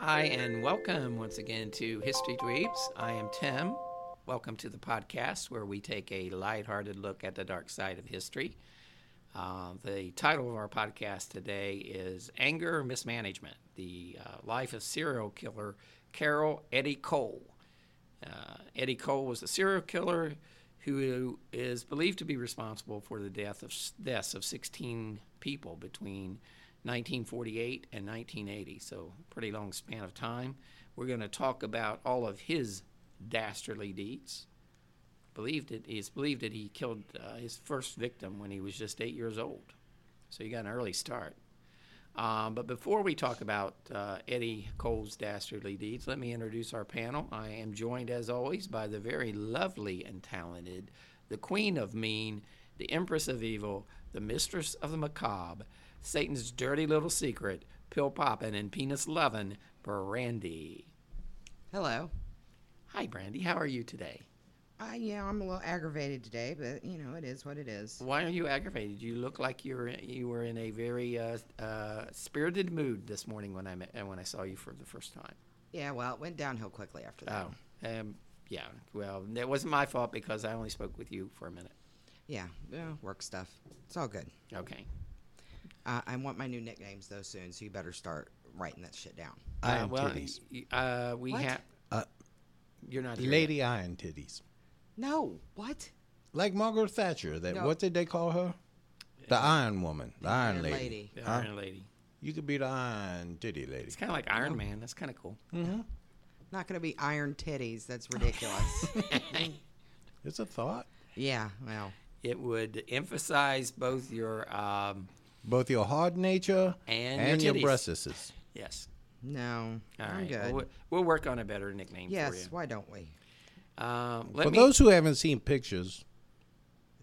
Hi, and welcome once again to History Dweebs. I am Tim. Welcome to the podcast where we take a lighthearted look at the dark side of history. Uh, the title of our podcast today is Anger Mismanagement The uh, Life of Serial Killer Carol Eddie Cole. Uh, Eddie Cole was a serial killer who is believed to be responsible for the death of deaths of 16 people between 1948 and 1980. So pretty long span of time. We're going to talk about all of his dastardly deeds. Believed it is believed that he killed uh, his first victim when he was just eight years old. So he got an early start. Um, but before we talk about uh, Eddie Cole's dastardly deeds, let me introduce our panel. I am joined, as always, by the very lovely and talented, the queen of mean, the empress of evil, the mistress of the macabre, Satan's dirty little secret, pill poppin' and penis lovin', Brandy. Hello. Hi, Brandy. How are you today? Uh, yeah, I'm a little aggravated today, but you know it is what it is. Why are you aggravated? You look like you're you were in a very uh, uh, spirited mood this morning when I met, when I saw you for the first time. Yeah, well, it went downhill quickly after that. Oh, um, yeah. Well, that wasn't my fault because I only spoke with you for a minute. Yeah, yeah, work stuff. It's all good. Okay. Uh, I want my new nicknames though soon, so you better start writing that shit down. Iron uh, well, titties. y- y- uh, we What? have. Uh, you're not here Lady Iron Titties. No, what? Like Margaret Thatcher. That No. What did they call her? The Iron Woman. The Iron, Iron lady. Lady. yet. The Iron Lady. You could be the Iron Titty Lady. It's kind of like Oh. Iron Man. That's kind of cool. Hmm. Not gonna be iron titties. That's ridiculous. It's a thought. yeah, well, It would emphasize both your um, Both your hard nature And your your, titties. breastises. yes. no, All I'm right. good. Well, We'll, we'll work on a better nickname yes, for why don't we? you. Um, let for me, those who haven't seen pictures,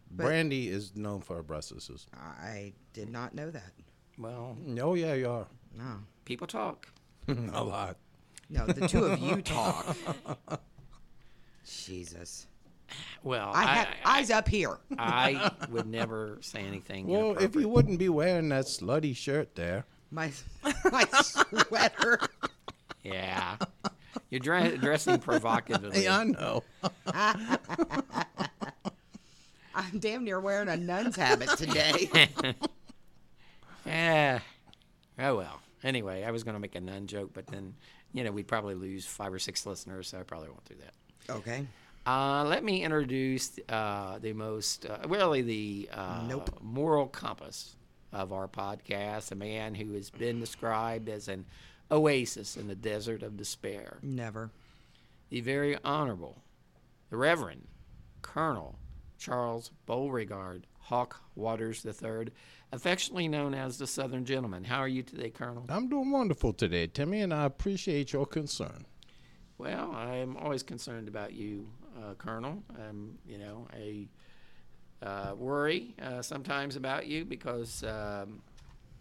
Brandy is known for her breastises. I did not know that. well, Oh, yeah, you are. No, people talk. a lot. no, the two of you talk. Jesus, Well, I have eyes up here. I would never say anything. Well, if you inappropriate. wouldn't be wearing that slutty shirt there. My my sweater. yeah, you're dre- dressing provocatively. Yeah, I know. I'm damn near wearing a nun's habit today. Eh. Oh well. Anyway, I was going to make a nun joke, but then, you know, we'd probably lose five or six listeners, so I probably won't do that. okay. Uh, let me introduce uh, the most, uh, really, the uh, moral compass of our podcast, a man who has been described as an oasis in the desert of despair. Never. The very honorable, the Reverend Colonel Charles Beauregard Hawk Waters III, affectionately known as the Southern Gentleman. How are you today, Colonel? I'm doing wonderful today, Timmy, and I appreciate your concern. Well, I'm always concerned about you, uh, Colonel. Um, you know, I uh, worry uh, sometimes about you because, um,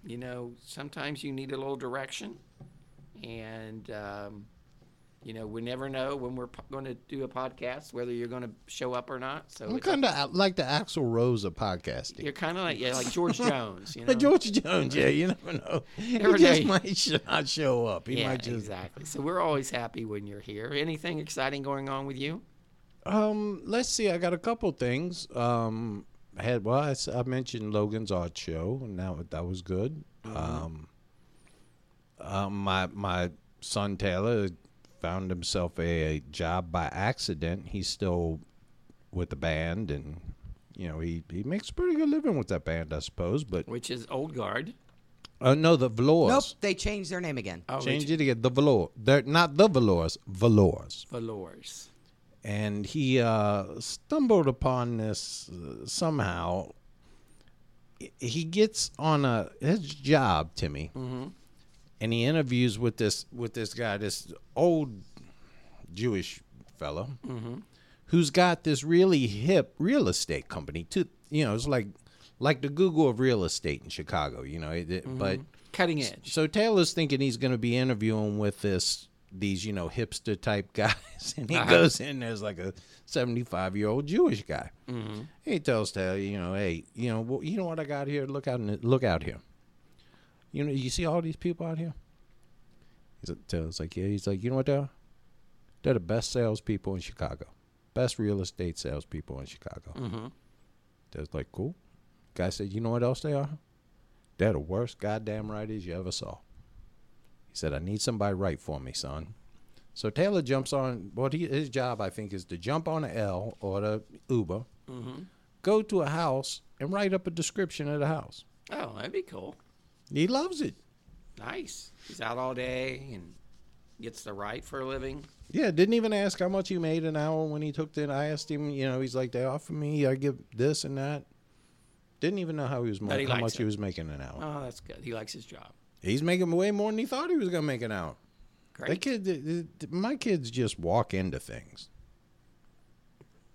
you know, sometimes you need a little direction, and um, you know, we never know when we're po- going to do a podcast whether you're going to show up or not. So I'm it's- kind of like the Axel Rose of podcasting. you're kind of like yeah, like George Jones. You know, But George Jones, yeah, you never know. He Never just know. might sh- not show up. He yeah, might just exactly. So we're always happy when you're here. Anything exciting going on with you? um. Let's see. I got a couple things. Um, I had well, I, s- I mentioned Logan's art show, and that that was good. Mm-hmm. Um, um, my my son Taylor found himself a job by accident. He's still with the band, and you know he he makes a pretty good living with that band, I suppose. But which is old guard. uh, no, the Valors Nope, they changed their name again. Oh, change it again. The Valor, they're not the Valors, Valors. Valors. and he uh, stumbled upon this uh, somehow. H- He gets on a his job, Timmy, and he interviews with this with this guy, this old Jewish fellow, who's got this really hip real estate company. To you know, it's like like the Google of real estate in Chicago. You know, it, it- but Cutting edge. so Taylor's thinking he's going to be interviewing with this these you know hipster type guys, and he goes in there's like a seventy five year old Jewish guy. He tells Taylor, you know, hey, you know, well, you know what I got here? Look out! in the- Look out here! You know, you see all these people out here. He's like, Taylor's like, yeah. He's like, you know what they are? They're the best salespeople in Chicago, best real estate salespeople in Chicago. Mm-hmm. Taylor's like, cool. Guy said, you know what else they are? They're the worst goddamn writers you ever saw. He said, I need somebody right for me, son. So Taylor jumps on what he, his job, I think, is to jump on an L or the Uber, Mm-hmm. go to a house, and write up a description of the house. Oh, that'd be cool. He loves it. Nice. He's out all day and gets the right for a living. Yeah, didn't even ask how much he made an hour when he took the. I asked him, you know, he's like, they offer me, I give this and that. Didn't even know how he was mo- he how likes much he it. was making an hour. Oh, that's good. He likes his job. He's making way more than he thought he was gonna make an hour. The Great. kid, th- th- th- my kids just walk into things,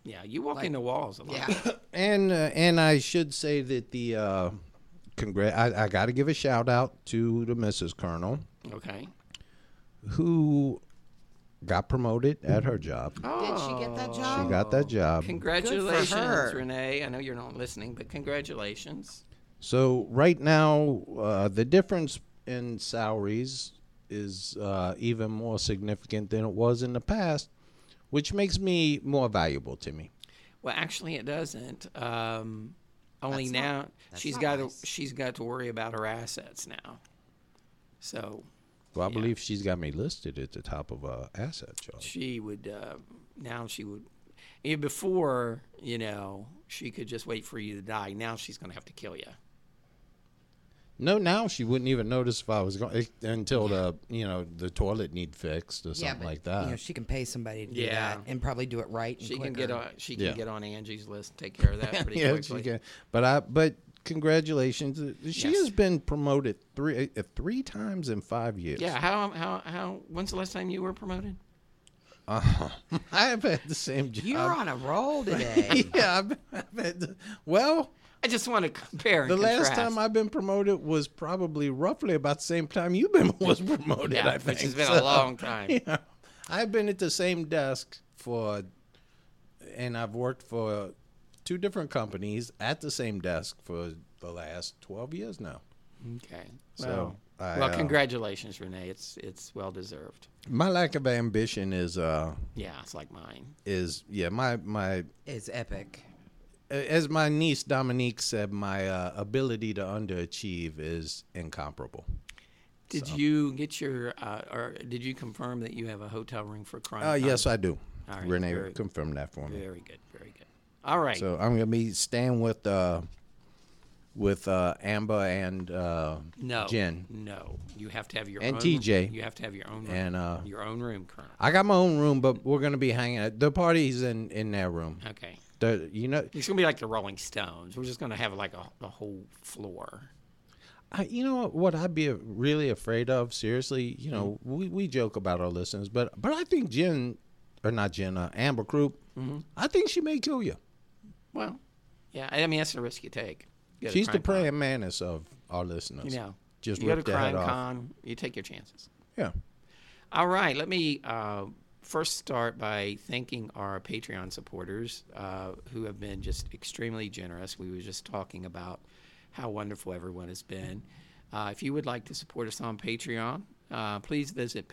Yeah, you walk into walls a lot. Yeah. and uh, and I should say that the uh, congr- I, I got to give a shout out to the Mrs. Colonel Okay. who got promoted at her job. Did she get that She job? got that job. Congratulations, her. Renee. I know you're not listening, but congratulations. So right now, uh, the difference in salaries is uh, even more significant than it was in the past, which makes me more valuable to me. Well, actually, it doesn't. Um, only now she's got to she's got to worry about her assets now. So Well, I believe she's got me listed at the top of uh, asset chart. she would uh, now she would eh, before you know she could just wait for you to die. Now she's going to have to kill you. No, now she wouldn't even notice if I was going until the you know the toilet need fixed or something but, like that. You know, she can pay somebody to do Yeah. that and probably do it right. And She can get quicker. on she can Yeah. get on Angie's list and take care of that pretty yeah, quickly. she can. But I but congratulations, Uh, she Yes. has been promoted three uh, three times in five years. Yeah, how how how? When's the last time you were promoted? I have had the same job. You're on a roll today. yeah, I've, I've had the, well. I just want to compare. And The last contrast. time I've been promoted was probably roughly about the same time you've been was promoted. Yeah, I think which has been a So, long time. Yeah, I've been at the same desk for, and I've worked for two different companies at the same desk for the last twelve years now. Okay. So I, well, uh, congratulations, Renee. It's it's well deserved. my lack of ambition is uh Yeah, it's like mine. is yeah my my it's epic. as my niece Dominique said my uh, ability to underachieve is incomparable. Did you get your uh, or did you confirm that you have a hotel room for crime? Uh, time? yes, I do. All right, Renee very- confirmed that for me. Very good. Very good. All right. So I'm gonna be staying with uh with uh Amber and uh no. Jen. No. You have to have your And own TJ. You have to have your own room. And, uh, your own room, Colonel. I got my own room, but we're gonna be hanging out. The party's in in their room. Okay. The, you know, It's gonna be like the Rolling Stones. We're just gonna have like a, a whole floor. I, you know what I'd be really afraid of. Seriously, you know, Mm-hmm. we, we joke about our listeners, but but I think Jen, or not Jen, uh, Amber Croup, Mm-hmm. I think she may kill you. Well, yeah. I mean, that's the risk you take. You go to She's the crime con. praying mantis of our listeners. You know, just you go to rip their head crime off. con. You take your chances. Yeah. All right, let me uh, first start by thanking our Patreon supporters uh, who have been just extremely generous. We were just talking about how wonderful everyone has been. Uh, if you would like to support us on Patreon, uh, please visit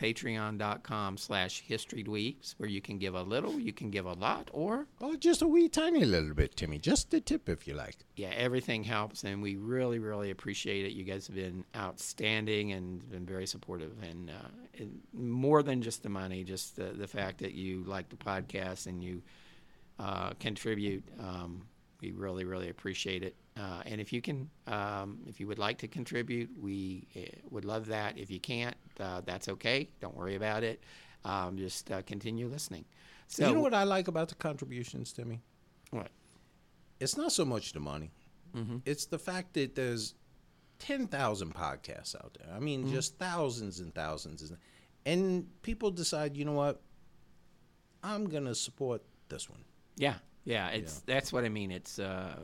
patreon.com slash historydweebs where you can give a little, you can give a lot, or Well, Oh, just a wee tiny little bit, Timmy. Just the tip, if you like. yeah, everything helps, and we really, really appreciate it. You guys have been outstanding and been very supportive, and, uh, and more than just the money, just the, the fact that you like the podcast and you uh, contribute. Um, we really, really appreciate it. Uh, and if you can, um, if you would like to contribute, we eh, would love that. If you can't, uh, that's okay. Don't worry about it. Um, just uh, continue listening. So you know what I like about the contributions, Timmy? what? It's not so much the money. It's the fact that there's 10,000 podcasts out there. I mean, just thousands and thousands. And, and people decide, you know what? I'm going to support this one. Yeah, yeah. It's that's what I mean. It's uh,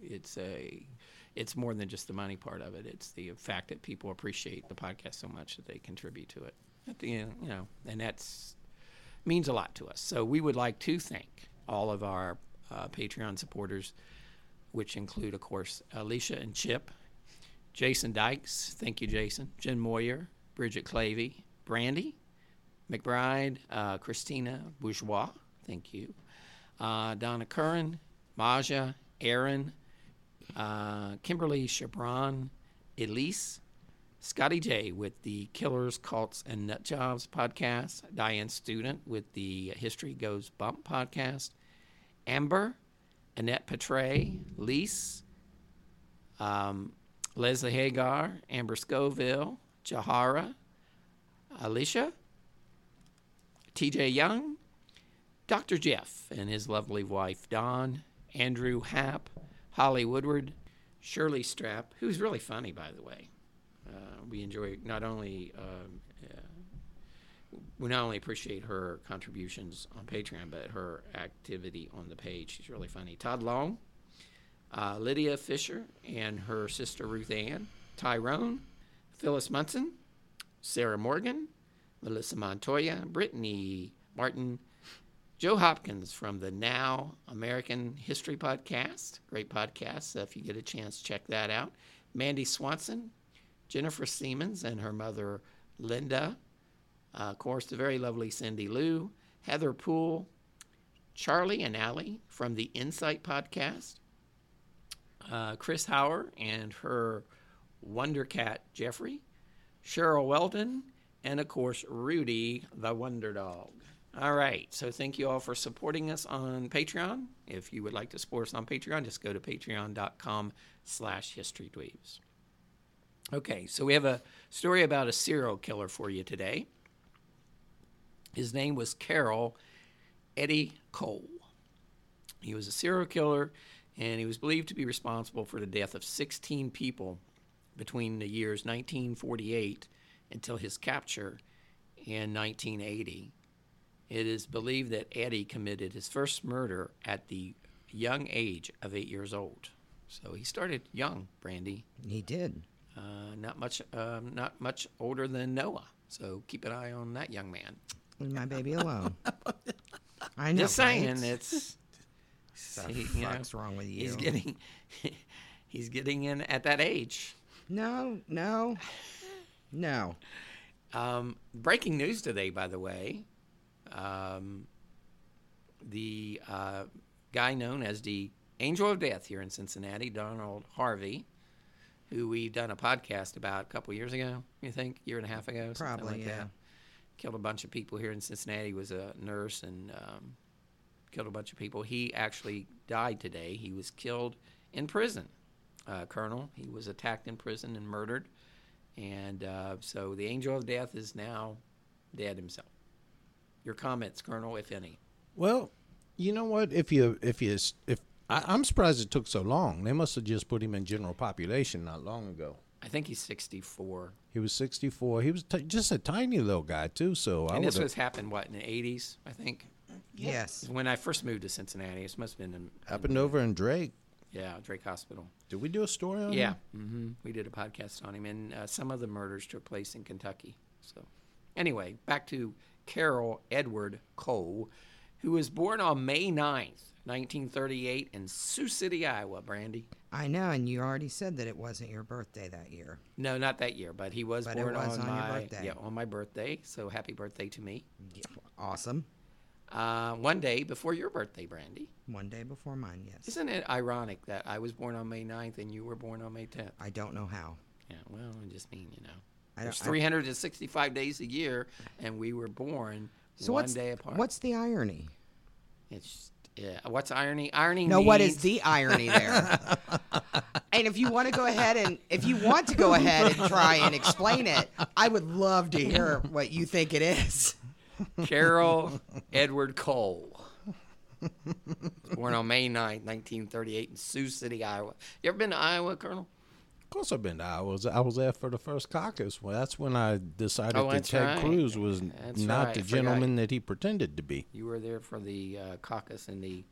it's a, it's more than just the money part of it. It's the fact that people appreciate the podcast so much that they contribute to it. At the end, you know, and that's means a lot to us. So we would like to thank all of our uh, Patreon supporters, which include, of course, Alicia and Chip, Jason Dykes. Thank you, Jason. Jen Moyer, Bridget Clavey, Brandy, McBride, uh, Christina Bourgeois. Thank you. Uh, Donna Curran, Maja, Aaron, uh, Kimberly Chabron, Elise, Scotty J with the Killers, Cults, and Nut Jobs podcast, Diane Student with the History Goes Bump podcast, Amber, Annette Petray, Lise, um, Leslie Hagar, Amber Scoville, Jahara, Alicia, TJ Young, Dr. Jeff and his lovely wife, Don, Andrew Happ, Holly Woodward, Shirley Strap, who's really funny, by the way. Uh, we enjoy not only um, uh, we not only appreciate her contributions on Patreon, but her activity on the page. She's really funny. Todd Long, uh, Lydia Fisher, and her sister Ruth Ann, Tyrone, Phyllis Munson, Sarah Morgan, Melissa Montoya, Brittany Martin, Joe Hopkins from the Now American History Podcast. Great podcast. So if you get a chance, check that out. Mandy Swanson, Jennifer Siemens, and her mother, Linda. Uh, of course, the very lovely Cindy Lou, Heather Poole, Charlie and Allie from the Insight Podcast, uh, Chris Hauer and her Wonder Cat, Jeffrey, Cheryl Weldon, and of course, Rudy the Wonder Dog. All right. So thank you all for supporting us on Patreon. If you would like to support us on Patreon, just go to patreon.com slash historydweebs. Okay. So we have a story about a serial killer for you today. His name was Carol Eddie Cole. He was a serial killer, and he was believed to be responsible for the death of 16 people between the years 1948 until his capture in 1980. It is believed that Eddie committed his first murder at the young age of eight years old. So he started young, Brandy, He did. uh, not much, um, not much older than Noah. So keep an eye on that young man. Leave my baby alone. I know. Just saying, right? it's. The he- you know, fuck's wrong with you? He's getting, he's getting in at that age. no, no, no. Um, breaking news today, by the way. Um, the uh, guy known as the Angel of Death here in Cincinnati, Donald Harvey, who we've done a podcast about a couple years ago, you think, year and a half ago, something Probably, like yeah. that. Killed a bunch of people here in Cincinnati. Was a nurse and um, killed a bunch of people. He actually died today. He was killed in prison, uh, Colonel. He was attacked in prison and murdered. And uh, so the angel of death is now dead himself. Your comments, Colonel, if any. Well, you know what? If you if you s- if I, I'm surprised it took so long. They must have just put him in general population not long ago. I think he's 64. He was 64. He was t- just a tiny little guy too. So I and this would've- was happened, what, in the 80s, I think? Yes. When I first moved to Cincinnati, this must have been in, happened Mm-hmm. over in Drake. yeah, Drake Hospital. Did we do a story on? Yeah, him? Mm-hmm. hmm we did a podcast on him, and uh, some of the murders took place in Kentucky. So, anyway, back to Carol Edward Cole, who was born on May 9th, 1938 in Sioux City, Iowa, Brandy. I know, and you already said that it wasn't your birthday that year. No, not that year, but he was But it born was on your my birthday. yeah on my birthday. So happy birthday to me! Awesome. Uh, one day before your birthday, Brandy. One day before mine, yes. Isn't it ironic that I was born on May 9th and you were born on May 10th? I don't know how. Yeah, well, I just mean you know, I there's don't- I- 365 days a year, and we were born So one what's day apart. what's the irony? it's yeah, what's irony? Irony. No, what is means- the irony there? and if you want to go ahead and if you want to go ahead and try and explain it, I would love to hear what you think it is. Carol Edward Cole. Born on May 9th, 1938, in Sioux City, Iowa. You ever been to Iowa, Colonel? Of course, I've been to Iowa. I was there for the first caucus. Well, that's when I decided Oh, that that's Ted right. Cruz was That's not right. the I forgot. gentleman that he pretended to be. You were there for the uh, caucus and the.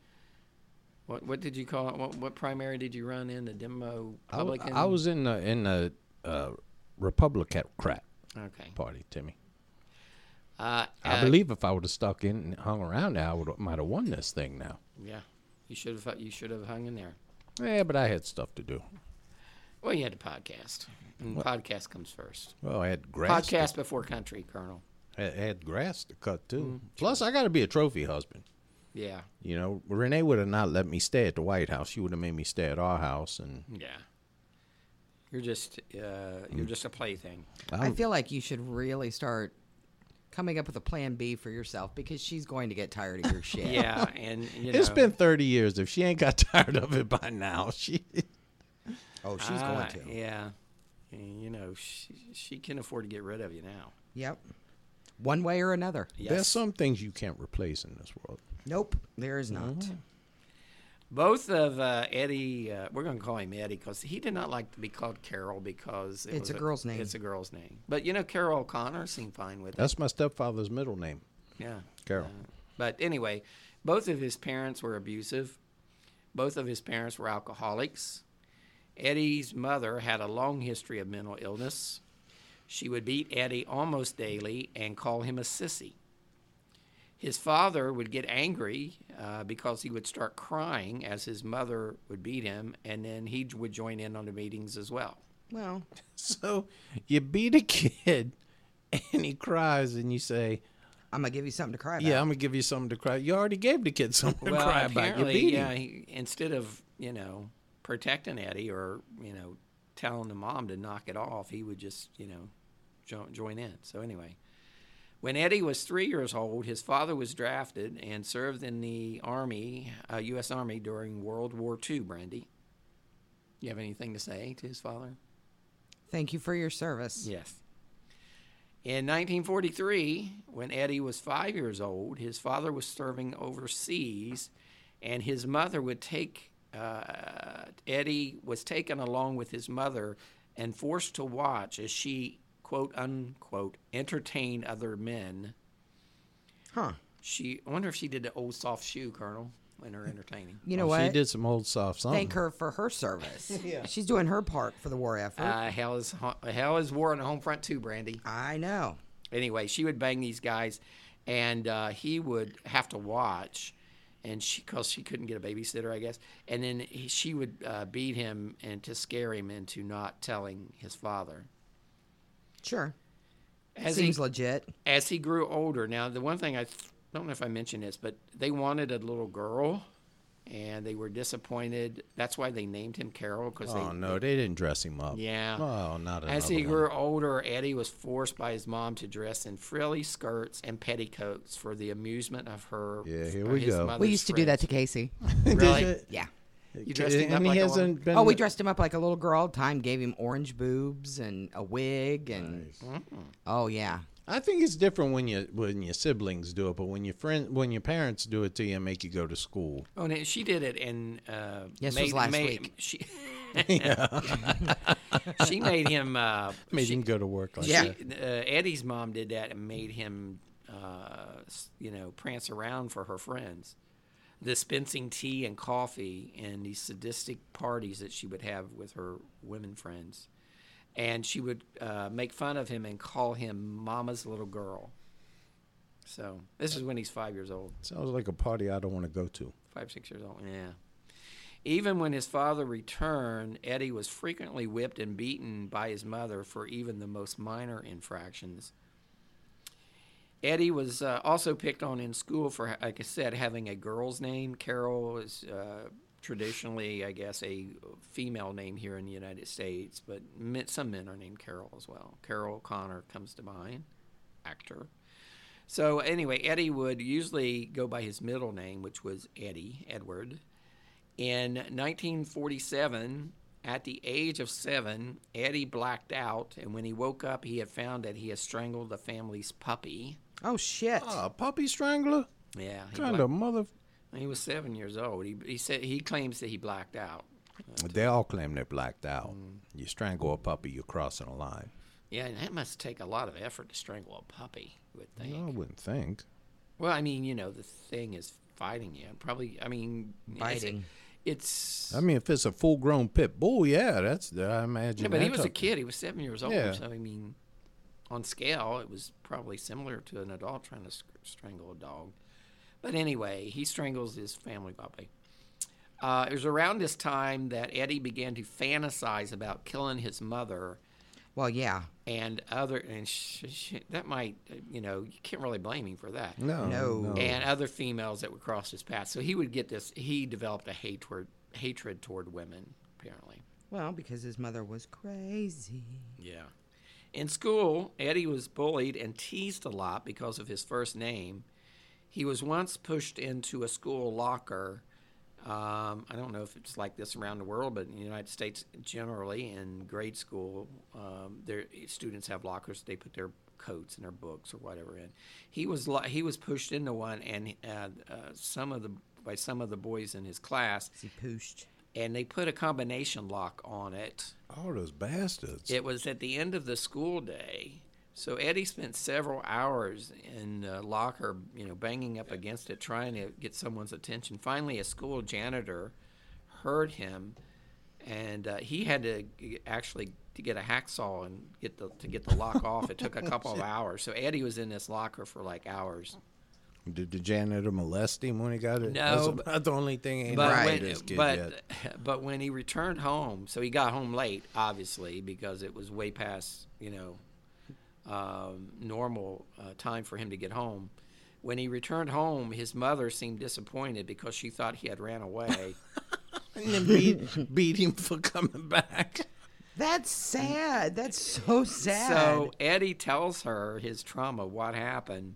What, what did you call it? What, what primary did you run in? The demo I w- Republican? I was in the in the uh, Republican crap Okay. party, Timmy. Uh, I uh, believe if I would have stuck in and hung around, I would might have won this thing now. Yeah. You should have you should have hung in there. Yeah, but I had stuff to do. Well, you had a podcast. And podcast comes first. Well, I had grass. to- Podcast before country, Colonel. I I had grass to cut Mm. too. Plus, I got to be a trophy husband. Yeah. You know, Renee would have not let me stay at the White House. She would have made me stay at our house, and Yeah. You're just uh, you're just a plaything. I feel like you should really start coming up with a plan B for yourself because she's going to get tired of your shit. Yeah, and you know, it's been thirty years. If she ain't got tired of it by now, she Oh, she's ah, going to. Yeah. And, You know, she, she can afford to get rid of you now. Yep. One way or another. there's some things you can't replace in this world. Nope, there is not. Both of uh, Eddie, uh, we're going to call him Eddie because he did not like to be called Carol because it It's was a girl's name. It's a girl's name. But you know, Carol O'Connor seemed fine with it. That's my stepfather's middle name, Yeah. Carol. But anyway, both of his parents were abusive. Both of his parents were alcoholics. Eddie's mother had a long history of mental illness. She would beat Eddie almost daily and call him a sissy. His father would get angry uh, because he would start crying as his mother would beat him, and then he would join in on the meetings as well. Well, So you beat a kid, and he cries, and you say, I'm gonna give you something to cry about. "Yeah, I'm gonna give you something to cry." You already gave the kid something well, to cry about. You apparently, beat yeah, him. he, instead of you know protecting Eddie or you know telling the mom to knock it off, he would just you know jo- join in. So anyway, when Eddie was three years old, his father was drafted and served in the army, uh, U.S. Army during World War II. Brandy, you have anything to say to his father? Thank you for your service. Yes. In 1943, when Eddie was five years old, his father was serving overseas, and his mother would take uh, Eddie was taken along with his mother and forced to watch as she quote unquote entertained other men. Huh. She I wonder if she did the old soft shoe, Colonel, when her entertaining. You know Well, what? Oh, She did some old soft something. Thank her for her service. She's doing her part for the war effort. Uh, hell is ho- hell is war on the home front too, Brandy. I know. anyway, she would bang these guys, and uh, he would have to watch, and she because she couldn't get a babysitter, I guess. And then he, she would uh, beat him and to scare him into not telling his father. Sure. As Seems he, legit. as he grew older, now the one thing I th- don't know if I mentioned this, but they wanted a little girl, and they were disappointed. That's why they named him Carol because Oh they no, they didn't dress him up. Yeah. Oh, not another As he one. grew older, Eddie was forced by his mom to dress in frilly skirts and petticoats for the amusement of her. Yeah, here or we his go. We mother's We used to do that to Casey. friends. Really? yeah. You dressed him and up he like a woman? hasn't been. Oh, we dressed him up like a little girl. Time gave him orange boobs and a wig and. Oh yeah. I think it's different when you when your siblings do it, but when your friend when your parents do it to you and make you go to school. Oh, and she did it in. Uh, Yes, it was last week. She, she made him. Uh, Made she- him go to work like Yeah. that. uh, Eddie's mom did that and made him, uh, s- you know, prance around for her friends, dispensing tea and coffee in these sadistic parties that she would have with her women friends. And she would uh, make fun of him and call him Mama's little girl. So this is when he's five years old. Sounds like a party I don't want to go to. five, six years old. Yeah. Even when his father returned, Eddie was frequently whipped and beaten by his mother for even the most minor infractions. Eddie was uh, also picked on in school for, like I said, having a girl's name. Carol is uh, traditionally, I guess, a female name here in the United States, but men, some men are named Carol as well. Carol Connor comes to mind, actor. So anyway, Eddie would usually go by his middle name, which was Eddie Edward. In 1947, at the age of seven, Eddie blacked out, and when he woke up, he had found that he had strangled the family's puppy. Oh shit. Oh, puppy strangler? Yeah, he, Kind blacked- of mother. he was seven years old. He, he said he claims that he blacked out. They all claim they're blacked out. Mm. You strangle a puppy, you're crossing a line. Yeah, and that must take a lot of effort to strangle a puppy. You would think. I wouldn't think. Well, I mean, you know, the thing is fighting you. Probably, I mean, Biting. It's, it's I mean, if it's a full-grown pit bull, yeah, that's I imagine. yeah, but he that's was a kid. He was seven years old. Yeah. So I mean, on scale, it was probably similar to an adult trying to sc- strangle a dog. But anyway, he strangles his family puppy. Uh, it was around this time that Eddie began to fantasize about killing his mother Well, yeah. and other, and sh- sh- that might, you know, you can't really blame him for that. No, No. no. and other females that would cross his path. So he would get this. He developed a hate toward, hatred toward women, apparently. Well, because his mother was crazy. Yeah. In school, Eddie was bullied and teased a lot because of his first name. He was once pushed into a school locker. Um, I don't know if it's like this around the world, but in the United States generally, in grade school, um, their students have lockers. They put their coats and their books or whatever in. He was lo- he was pushed into one, and uh, uh, some of the by some of the boys in his class, He pushed. and they put a combination lock on it. all those bastards. It was at the end of the school day. So Eddie spent several hours in the locker, you know, banging up against it, trying to get someone's attention. Finally, a school janitor heard him, and uh, he had to g- actually to get a hacksaw and get the to get the lock off. It took a couple of hours. So Eddie was in this locker for like hours. Did the janitor molest him when he got it? No, that's but- about the only thing. Ain't But right. Right. with when, this kid but yet. but when he returned home, so he got home late, obviously, because it was way past you know um, normal uh, time for him to get home. When he returned home, his mother seemed disappointed because she thought he had ran away. and then beat, beat him for coming back. That's sad. That's so sad. so Eddie tells her his trauma, what happened,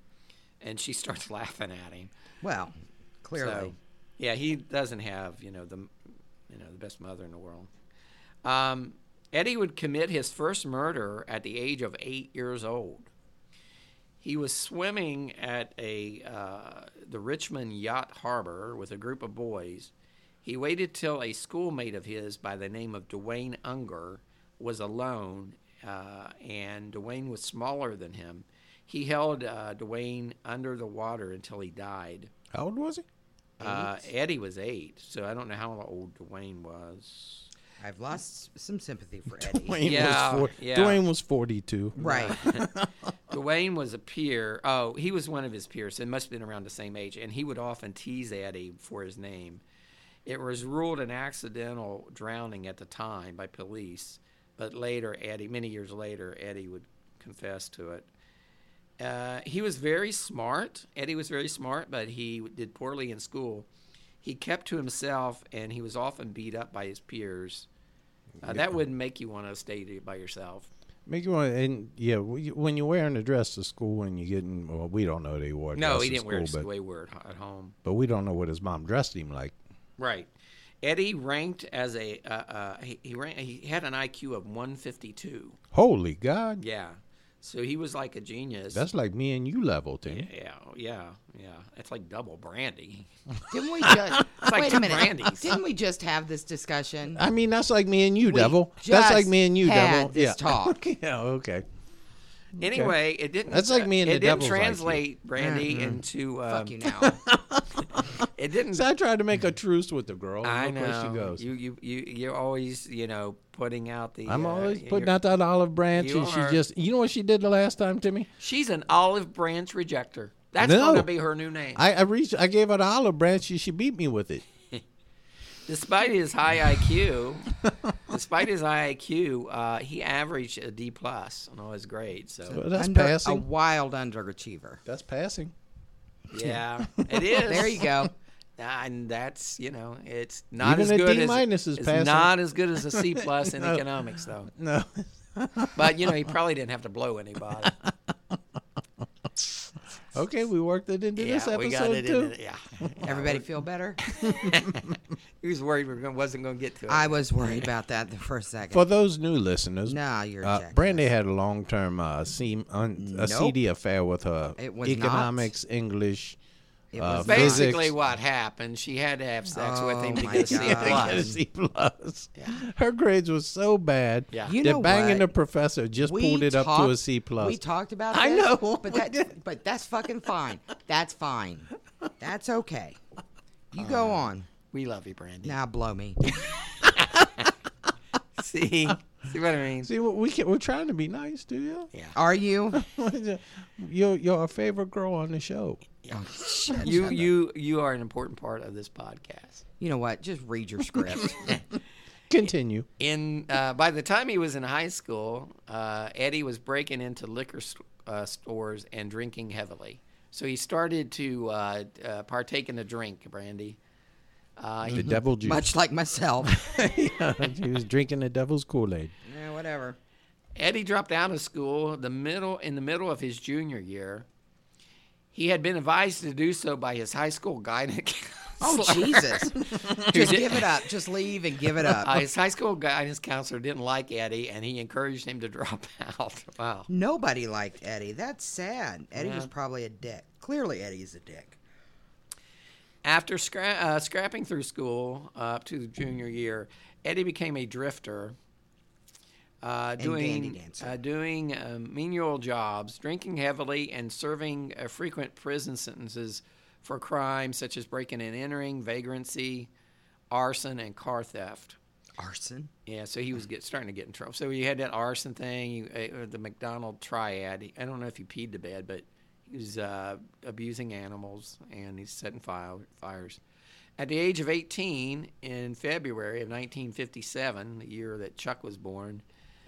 and she starts laughing at him. well, clearly. So, yeah, he doesn't have you know the you know the best mother in the world. Um, Eddie would commit his first murder at the age of eight years old. He was swimming at a uh, the Richmond Yacht Harbor with a group of boys. He waited till a schoolmate of his by the name of Dwayne Unger was alone, uh, and Dwayne was smaller than him. He held uh, Dwayne under the water until he died. How old was he? Uh, Eddie was eight, so I don't know how old Dwayne was. I've lost s- some sympathy for Eddie. Dwayne Yeah, was four, yeah. Dwayne was forty-two. Right. Dwayne was a peer. Oh, he was one of his peers. It must have been around the same age, and he would often tease Eddie for his name. It was ruled an accidental drowning at the time by police, but later Eddie, many years later, Eddie would confess to it. Uh, he was very smart. Eddie was very smart, but he did poorly in school. He kept to himself, and he was often beat up by his peers. Uh, That wouldn't make you want to stay to- by yourself. Make you want and yeah, when you- when you're wearing a dress to school and you're getting well, we don't know that he wore. A No, dress he to didn't wear it school, the but, way we were at at home. but we don't know what his mom dressed him like. Right. Eddie ranked as a uh, uh, he he, ran, he had an IQ of 152. Holy God, Yeah. So he was like a genius. that's like me and you level, Tim. yeah, yeah, yeah. It's like double brandy. Didn't we just like wait two a minute? brandies. Didn't we just have this discussion? I mean, that's like me and you, We devil. That's like just me and you, had devil. this yeah. talk. yeah. Okay. Anyway, it didn't. uh, That's like me and it the didn't devil's IQ. translate brandy into. Um, Mm-hmm. Fuck you now. It didn't. So I tried to make a truce with the girl. and I look where know. she goes. You you you you're always you know putting out the. I'm uh, always you're- putting out that olive branch, you and she are. just. You know what she did the last time to me? She's an olive branch rejector. That's No. going to be her new name. I, I reached. I gave her the olive branch. She, she beat me with it. Despite his high IQ, despite his high IQ, uh, he averaged a D plus on all his grades. So Well, that's Under- A passing. wild underachiever. that's passing. yeah, it is. There you go. And that's you know, it's not Even as a good D as minus is it's passing. not as good as a C plus in economics though. No. But you know, he probably didn't have to blow anybody. Okay, we worked it into this yeah, episode we got it. too. In it. Yeah, Everybody feel better? he was worried we were gonna, wasn't going to get to it. I was worried about that the first second. For those new listeners, Nah, you're a uh, jackass. Brandy had a long term uh, seam un, a Nope. seedy affair with her It was not. economics, English. It uh, was physics. Basically, what happened? She had to have sex with Oh him to my get a C God. Get a plus. uh, C plus. Her grades were so bad Yeah. You that know banging what? the professor just We pulled it up to a talked- C plus. We talked about. I this, know. but that, but that's fucking fine. That's fine. That's okay. You go Uh, on. We love you, Brandy. Now blow me. See, see what I mean? See, we- we can, we're trying to be nice to you. Are you? You're you're our favorite girl on the show. Oh, shit. You, you, you are an important part of this podcast. You know what? Just read your script. Continue. In uh, by the time he was in high school, uh, Eddie was breaking into liquor st- uh, stores and drinking heavily. So he started to uh, uh, partake in a drink, Brandy. Uh, The devil juice. Much like myself. he was drinking the devil's Kool Aid. yeah, whatever. Eddie dropped out of school the middle in the middle of his junior year. He had been advised to do so by his high school guidance. Oh counselor. Jesus! Just did- give it up. Just leave and give it Uh, up. his high school guidance counselor didn't like Eddie, and he encouraged him to drop out. Wow. Nobody liked Eddie. That's sad. Eddie was probably a dick. Clearly, Eddie's a dick. After scra- uh, scrapping through school uh, up to the junior year, Eddie became a drifter, uh, dandy doing dancer. uh, doing uh, menial jobs, drinking heavily, and serving uh, frequent prison sentences for crimes such as breaking and entering, vagrancy, arson, and car theft. Arson. Yeah, so he was get, starting to get in trouble. So he had that arson thing, you, uh, uh, the McDonald triad. He- I don't know if he peed the bed, but he was uh, abusing animals and he's setting fire, fires. At the age of 18, in February of 1957, the year that Chuck was born,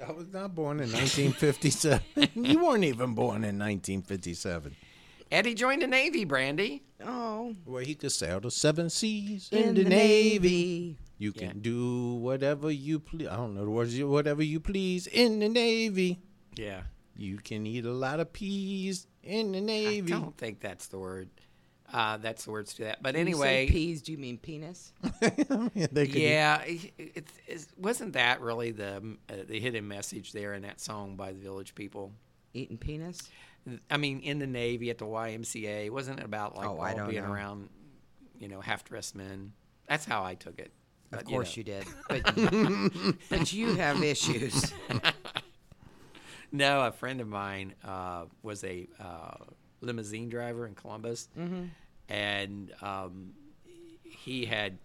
I was not born in 1957. you weren't even born in 1957. Eddie joined the Navy, Brandy. Oh, Where he could sail the seven seas in, the, Navy. You can do whatever you please. I don't know the words. you- Whatever you please in the Navy. Yeah. You can eat a lot of peas in the I Navy. don't think that's the word. Uh, that's the words to that. But You say anyway, peas. Do you mean penis? They could eat- Yeah, it, it, it- wasn't that really the uh, the hidden message there in that song by the Village People? Eating penis? I mean, in the Navy at the YMCA, wasn't it about like Oh, all I don't being know. around, you know, half dressed men? That's how I took it. Of course you, did, but but you have issues. No, a friend of mine uh, was a uh, limousine driver in Columbus, Mm-hmm. and um, he had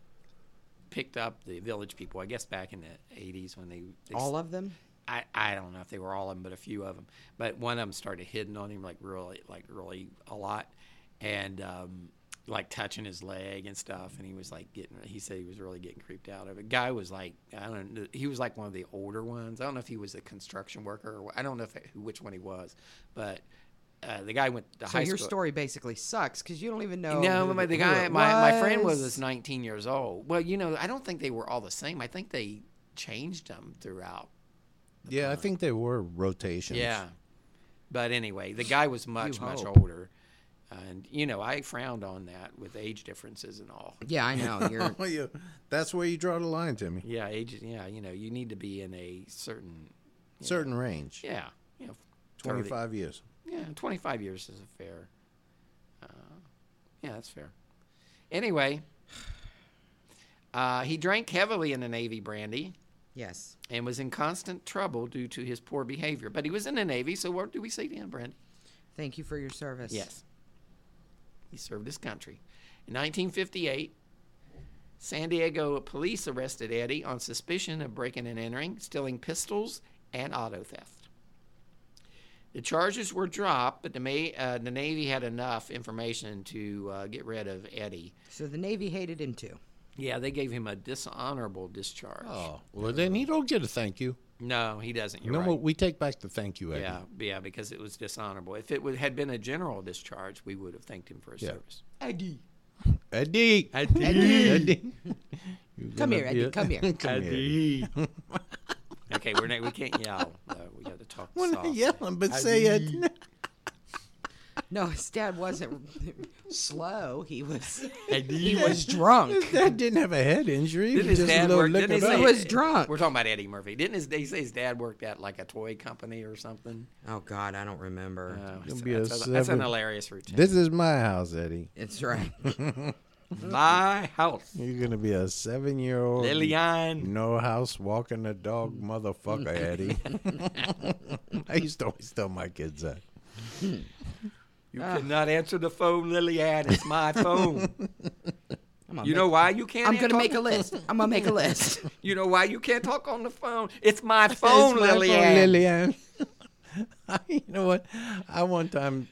picked up the Village People. I guess back in the '80s when they, they All of them. I, I don't know if they were all of them, but a few of them. But one of them started hitting on him like really, like really a lot, and um, like touching his leg and stuff. And he was like getting. He said he was really getting creeped out of it. Guy was like, I don't. know, He was like one of the older ones. I don't know if he was a construction worker. Or, I don't know if which one he was, but uh, the guy went to So high your school. story basically sucks because you don't even know. No, who my, the who guy, it my, my friend was, 19 years old. Well, you know, I don't think they were all the same. I think they changed them throughout. Yeah, I think they were rotations. Yeah. But anyway, the guy was much, much hope. older. And, you know, I frowned on that with age differences and all. Yeah, I know. You're Well, you, that's where you draw the line, Timmy. Yeah, age, yeah, you know, you need to be in a certain, Certain range. yeah, you know, 30 25 years. yeah, 25 years is a fair, uh, yeah, that's fair. Anyway, uh, he drank heavily in the Navy brandy yes. and was in constant trouble due to his poor behavior. But he was in the Navy, so what do we say to him, Brandy? Thank you for your service. Yes. He served his country. In 1958, San Diego police arrested Eddie on suspicion of breaking and entering, stealing pistols, and auto theft. The charges were dropped, but the, Ma- uh, the Navy had enough information to uh, get rid of Eddie. So the Navy hated him too. Yeah, they gave him a dishonorable discharge. Oh, well, then he don't get a thank you. No, he doesn't. You're No, right. well, we take back the thank you, Eddie. Yeah, yeah, because it was dishonorable. If it would, had been a general discharge, we would have thanked him for his service. Eddie. Eddie. Eddie. Eddie. Come here, Eddie. Come here. Come here. Okay, we're not, we can't yell. though. we got to talk Well, not softly. yelling, but say it. No, his dad wasn't slow. He was he was drunk. Dad didn't have a head injury. Didn't He his just a dad little work? liquored Didn't he say up. He was drunk. We're talking about Eddie Murphy. Didn't his, they say his dad worked at like a toy company or something? Oh God, I don't remember. Oh, Gonna that's, be a that's that's an seven- hilarious routine. This is my house, Eddie. It's right. My house, You're gonna be a seven-year-old Lillian. no house walking a dog motherfucker, Eddie. I used to always tell my kids that. You cannot answer the phone, Lillian. It's my phone. I'm gonna You know why you can't? I'm gonna talk- make a list. I'm gonna make a list. You know why you can't talk on the phone? It's my phone, It's my phone, Lillian. Lillian. you know what? I one time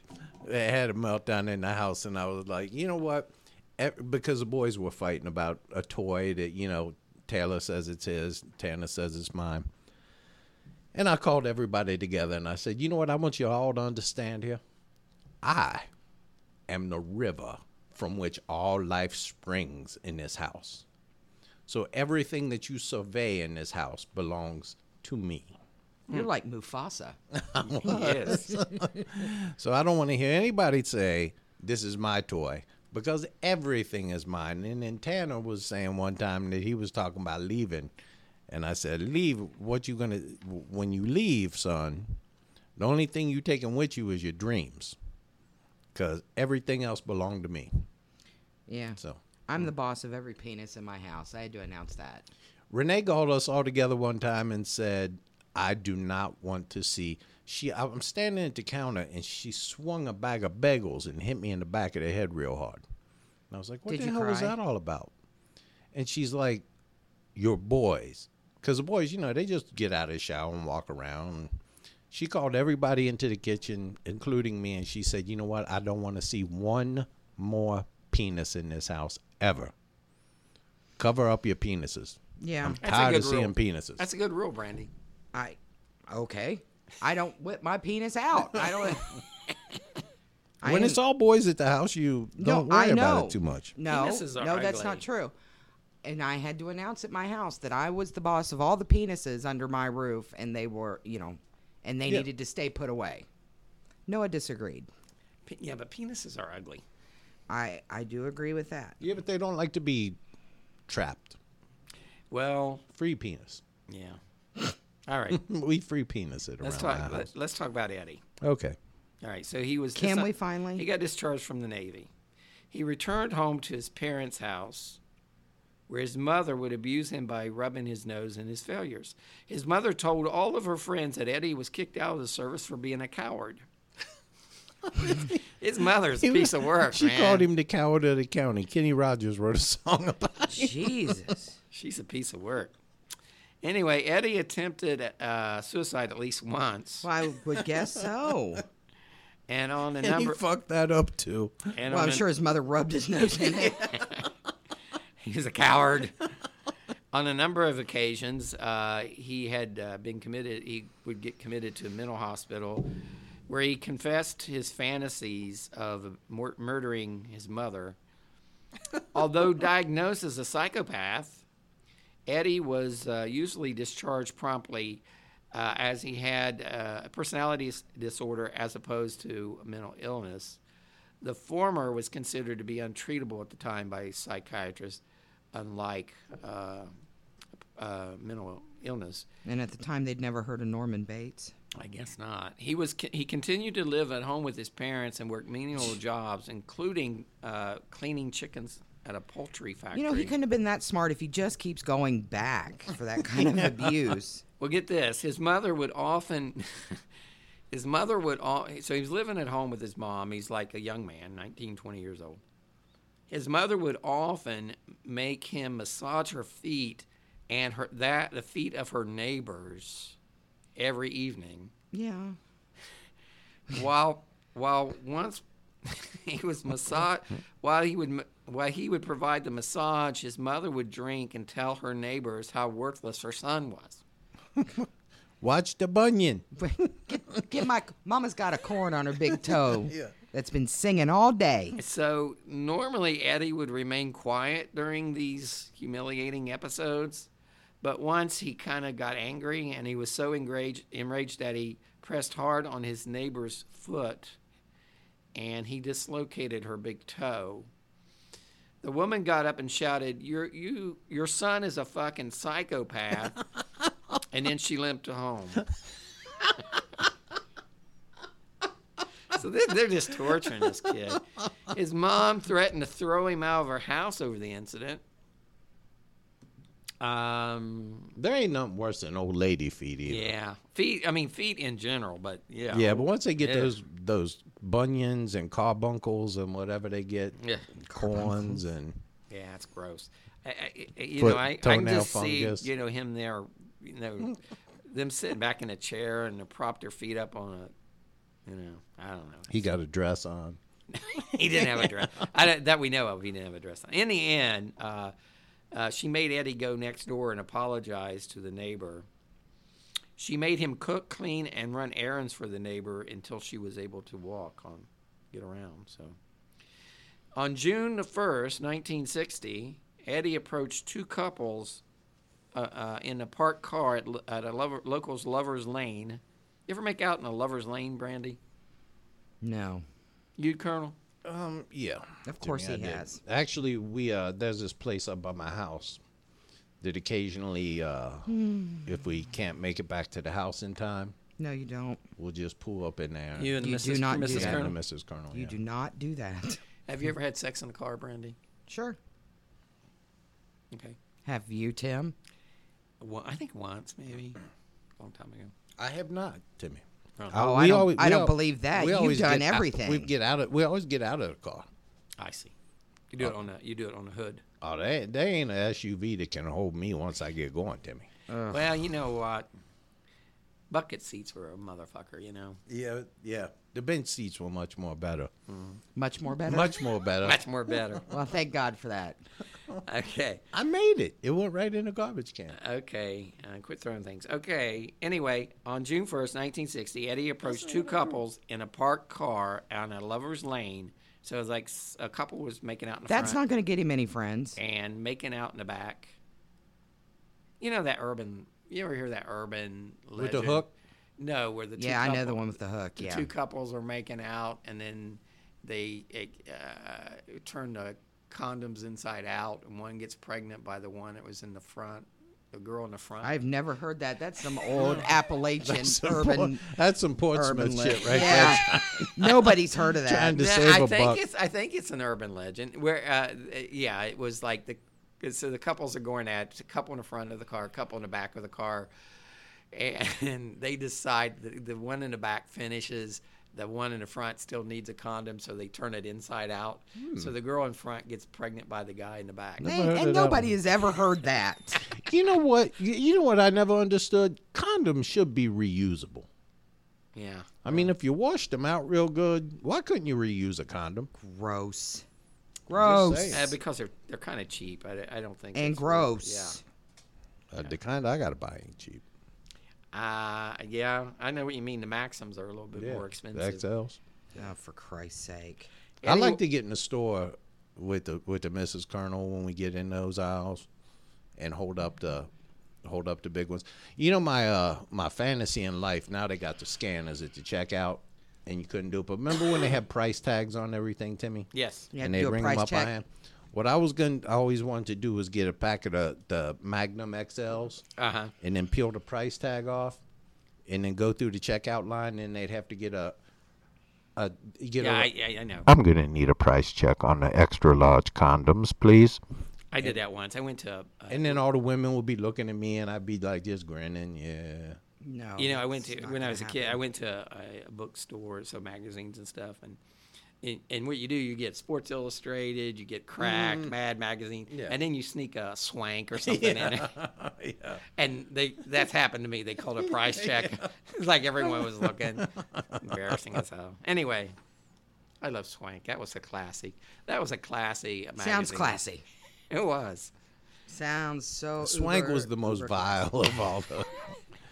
I had a meltdown in the house, and I was like, you know what? Ev- Because the boys were fighting about a toy that you know Taylor says it's his, Tana says it's mine. And I called everybody together, and I said, you know what? I want you all to understand here. I am the river from which all life springs in this house. So everything that you survey in this house belongs to me. You're like Mufasa. Yes. So I don't want to hear anybody say, This is my toy, because everything is mine. And then Tanner was saying one time that he was talking about leaving. And I said, Leave, what you going to, when you leave, son, the only thing you taking with you is your dreams, because everything else belonged to me. Yeah. So. I'm the boss of every penis in my house. I had to announce that. Renee called us all together one time and said, "I do not want to see." She, I'm standing at the counter, and she swung a bag of bagels and hit me in the back of the head real hard. And I was like, "What Did the you hell was cry? that all about?" And she's like, "Your boys, because the boys, you know, they just get out of the shower and walk around." She called everybody into the kitchen, including me, and she said, "You know what? I don't want to see one more penis in this house ever. Cover up your penises." Yeah. I'm That's a tired good of seeing rule. penises. That's a good rule, Brandy. I okay. I don't whip my penis out. I don't. I when am- it's all boys at the house, you don't I worry about know. it too much. No, Penises are no, that's ugly. not true. And I had to announce at my house that I was the boss of all the penises under my roof, and they were, you know, and they needed to stay put away. Noah disagreed. Pe- yeah, but penises are ugly. I I do agree with that. Yeah, but they don't like to be trapped. Well, Free penis. yeah. All right. We free penis it Let's around my talk. house. Let, us talk about Eddie. Okay. All right. So he was. Can disho- we finally? He got discharged from the Navy. He returned home to his parents' house, where his mother would abuse him by rubbing his nose in his failures. His mother told all of her friends that Eddie was kicked out of the service for being a coward. his mother's a piece of work. She man. called him the coward of the county. Kenny Rogers wrote a song about it. Jesus. She's a piece of work. Anyway, Eddie attempted uh, suicide at least once, Well, I would guess so. and on a And he number. fucked that up too. and Well, on I'm a- sure his mother rubbed his nose in it. He's a coward. On a number of occasions, uh, he had uh, been committed. He would get committed to a mental hospital, where he confessed his fantasies of mur- murdering his mother. Although diagnosed as a psychopath, Eddie was uh, usually discharged promptly, uh, as he had uh, a personality s- disorder as opposed to mental illness. The former was considered to be untreatable at the time by psychiatrists, unlike uh, uh, mental illness. And at the time, they'd never heard of Norman Bates. I guess not. He was he continued to live at home with his parents and work menial jobs, including uh, cleaning chickens at a poultry factory. You know, he couldn't have been that smart if he just keeps going back for that kind of abuse. Well, get this. His mother would often. his mother would. Al- so he was living at home with his mom. He's like a young man, 19, 20 years old. His mother would often make him massage her feet and her that the feet of her neighbors every evening. Yeah. while while once he was massage while he would ma- while he would provide the massage, his mother would drink and tell her neighbors how worthless her son was. Watch the bunion. get, get my mama's got a corn on her big toe. That's been singing all day. So normally Eddie would remain quiet during these humiliating episodes, but once he kind of got angry and he was so enraged, enraged that he pressed hard on his neighbor's foot and he dislocated her big toe. The woman got up and shouted, "Your you your son is a fucking psychopath." and then she limped home. So they're, they're just torturing this kid. His mom threatened to throw him out of her house over the incident. Um, There ain't nothing worse than old lady feet either. yeah, feet. I mean, feet in general, but yeah, Yeah, but once they get Yeah. those those bunions and carbuncles and whatever they get, Yeah. corns and yeah, it's gross. I, I, I- you Foot, know, I, I can toenail just see fungus. you know him there, you know, them sitting back in a chair and they prop their feet up on a, you know, I don't know. he got a dress on. he didn't have a dress. I don't, that we know of. He didn't have a dress on. In the end, uh, uh, she made Eddie go next door and apologize to the neighbor. She made him cook, clean, and run errands for the neighbor until she was able to walk on, get around. So, on June the first, nineteen sixty, Eddie approached two couples uh, uh, in a parked car at, lo- at a lover, local's Lovers Lane. You ever make out in a Lovers Lane, Brandy? No. You, Colonel? Um, yeah. Of course Jimmy, he I did. has. Actually, we uh, there's this place up by my house that occasionally, uh, Hmm. if we can't make it back to the house in time, No, you don't. we'll just pull up in there. You and You Mrs. do not do Mrs. that. Yeah, Colonel? and Mrs. Colonel. You yeah. do not do that. Have you ever had sex in the car, Brandy? sure. Okay. Have you, Tim? Well, I think once, maybe. Long time ago. I have not, Uh, Timmy. Oh, I don't- I don't believe that. You've done get out- everything. we get out of. We always get out of the car. I see. Oh. You do it on the you do it on the hood. Oh, they they ain't an SUV that can hold me once I get going, Timmy. Uh, Well, you know what? Bucket seats were a motherfucker, you know. Yeah, yeah. The bench seats were much more better. Much more better. Much more better. Much more better. Well, thank God for that. okay. I made it. It went right in the garbage can. Okay. Uh, quit throwing things. Okay. Anyway, on June 1st, 1960, Eddie approached two couples in a parked car on a lover's lane. So it was like s- a couple was making out in the That's front not going to get him any friends. and making out in the back. You know that urban. You ever hear that urban With the legend? hook? No, where the two Yeah, I know the couple- one with the hook. the yeah. two couples are making out, and then they uh, turn the condoms inside out, and one gets pregnant by the one that was in the front, the girl in the front. I've never heard that. That's some old Appalachian Some urban Port- that's some Portsmouth urban shit legend. right there. yeah. Nobody's heard of that. Trying to Nah, save I a think buck. it's I think it's an urban legend where uh, yeah it was like the 'cause so the couples are going at it's a couple in the front of the car, a couple in the back of the car, and they decide the, the one in the back finishes. The one in the front still needs a condom, so they turn it inside out. Hmm. So the girl in front gets pregnant by the guy in the back. Hey, and nobody has ever heard that. You know what? You, you know what? I never understood. Condoms should be reusable. Yeah. I mean, if you washed them out real good, why couldn't you reuse a condom? gross. Uh, Gross. because they're they're kind of cheap. I, I don't think And it's worth- gross. Uh, the kind I gotta buy ain't cheap. Yeah. Uh, yeah. I know what you mean. The maxims are a little bit more The expensive. XLs. Oh, for Christ's sake. I Any- like to get in the store with the with the Mrs. Colonel when we get in those aisles and hold up the hold up the big ones. You know my uh my fantasy in life now they got the scanners at the checkout and you couldn't do it. But remember when they had price tags on everything, Timmy? Yes. You have and to they do a ring price them up check. by hand. What I was going to I always wanted to do was get a pack of the, the Magnum XLs Uh Uh-huh. huh. and then peel the price tag off and then go through the checkout line and they'd have to get a a get Yeah, a, I, I, I know. I'm going to need a price check on the extra large condoms, please. I did that once. I went to, uh, And then all the women would be looking at me, and I'd be like just grinning. Yeah, No. you know, I went it's to not when I gonna was a kid. I happen. went to a, a bookstore, so magazines and stuff, and and, and what you do, you get Sports Illustrated, you get Mm. Cracked, Mad Magazine, and then you sneak a swank or something in there. And they that's happened to me. They called a price check. It's like everyone was looking. Embarrassing as hell. Anyway, I love swank. That was a classy. That was a classy magazine. Sounds classy. It was. Sounds so. Swank was uber- the most uber vile of all those.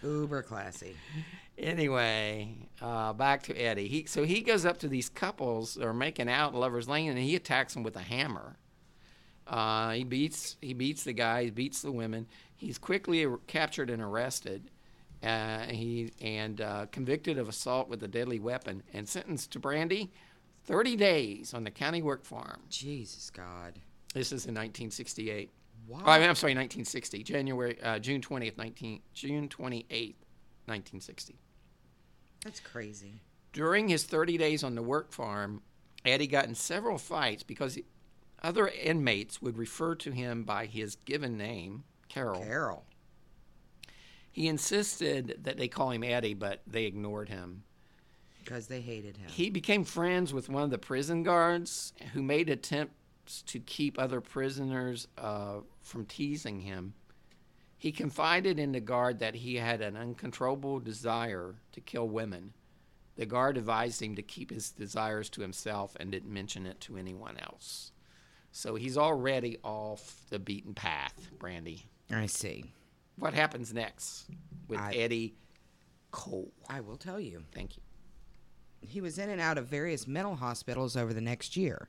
Uber classy. Anyway, uh, back to Eddie. He so he goes up to these couples that are making out in lovers lane, and he attacks them with a hammer. Uh, he beats he beats the guy. He beats the women. He's quickly ar- captured and arrested. Uh, he and uh, convicted of assault with a deadly weapon and sentenced to brandy, 30 days on the county work farm. Jesus God. This is in 1968. Wow. Oh, I mean, I'm sorry, 1960. January uh, June 20th, 19 June 28th, 1960. That's crazy. During his 30 days on the work farm, Eddie got in several fights because other inmates would refer to him by his given name, Carol. Carol. He insisted that they call him Eddie, but they ignored him. Because they hated him. He became friends with one of the prison guards who made attempts to keep other prisoners uh, from teasing him. He confided in the guard that he had an uncontrollable desire to kill women. The guard advised him to keep his desires to himself and didn't mention it to anyone else. So he's already off the beaten path, Brandy. I see. What happens next with I- Eddie Cole? I will tell you. Thank you. he was in and out of various mental hospitals over the next year.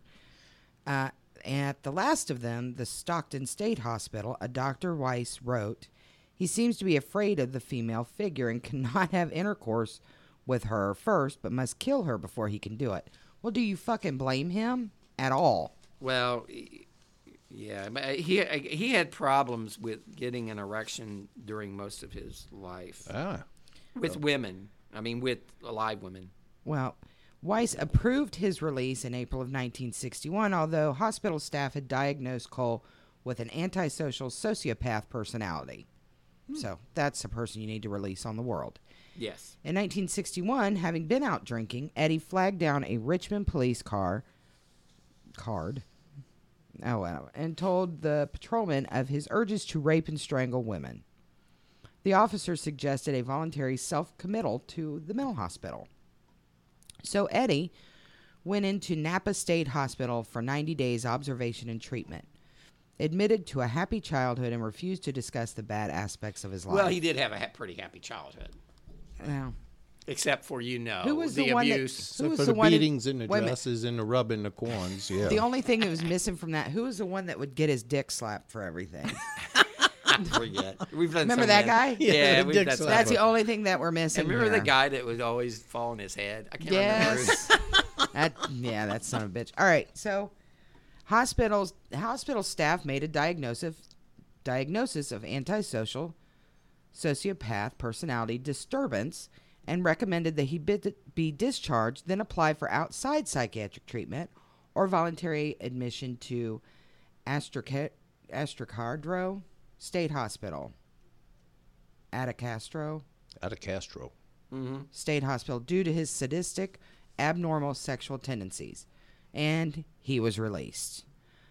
Uh, at the last of them, the Stockton State Hospital, a Dr. Weiss wrote, He seems to be afraid of the female figure and cannot have intercourse with her first, but must kill her before he can do it. Well, do you fucking blame him at all? Well, y- yeah, but uh, he he had problems with getting an erection during most of his life Ah, with women. I mean, with live women. Well, Weiss approved his release in April of 1961, although hospital staff had diagnosed Cole with an antisocial sociopath personality. So that's the person you need to release on the world. Yes. In 1961, having been out drinking, Eddie flagged down a Richmond police car card. Oh, wow, and told the patrolman of his urges to rape and strangle women. The officer suggested a voluntary self-committal to the mental hospital. So Eddie went into Napa State Hospital for 90 days observation and treatment. Admitted to a happy childhood and refused to discuss the bad aspects of his life. Well, he did have a ha- pretty happy childhood, Well, except for you know Who was the, the one that- abuse. Who except was for the the, one who- beatings and the wait a minute. dresses and the rubbing the corns. Yeah, The only thing that was missing from that, who was the one that would get his dick slapped for everything? forget. We've done Remember so that many. guy? Yeah, Yeah, the we've dick done so slap. That's the many. only thing that we're missing. And remember the here. guy that would always fall on his head? I can't remember. his- Yes. that yeah, that son of a bitch. All right, so hospitals hospital staff made a diagnosis diagnosis of antisocial sociopath personality disturbance and recommended that he be, be discharged, then apply for outside psychiatric treatment or voluntary admission to Astroca- Astrocardro State Hospital. Atacastro out of Castro. state hospital due to his sadistic, abnormal sexual tendencies, and he was released.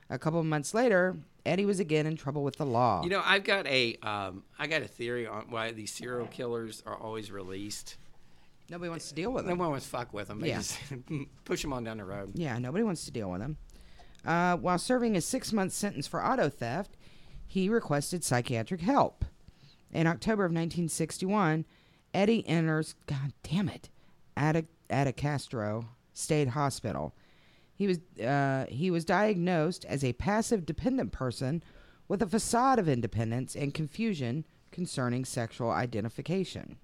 A couple of months later, Eddie was again in trouble with the law. You know, I've got a um, I got a theory on why these serial killers are always released. nobody wants to deal with No him. one was fuck with them. They Yeah. just push them on down the road. yeah, nobody wants to deal with him. Uh, while serving a six-month sentence for auto theft, he requested psychiatric help. In October of 1961, Eddie enters. God damn it, Ata- Atacastro State Hospital. He was uh, he was diagnosed as a passive dependent person with a facade of independence and confusion concerning sexual identification.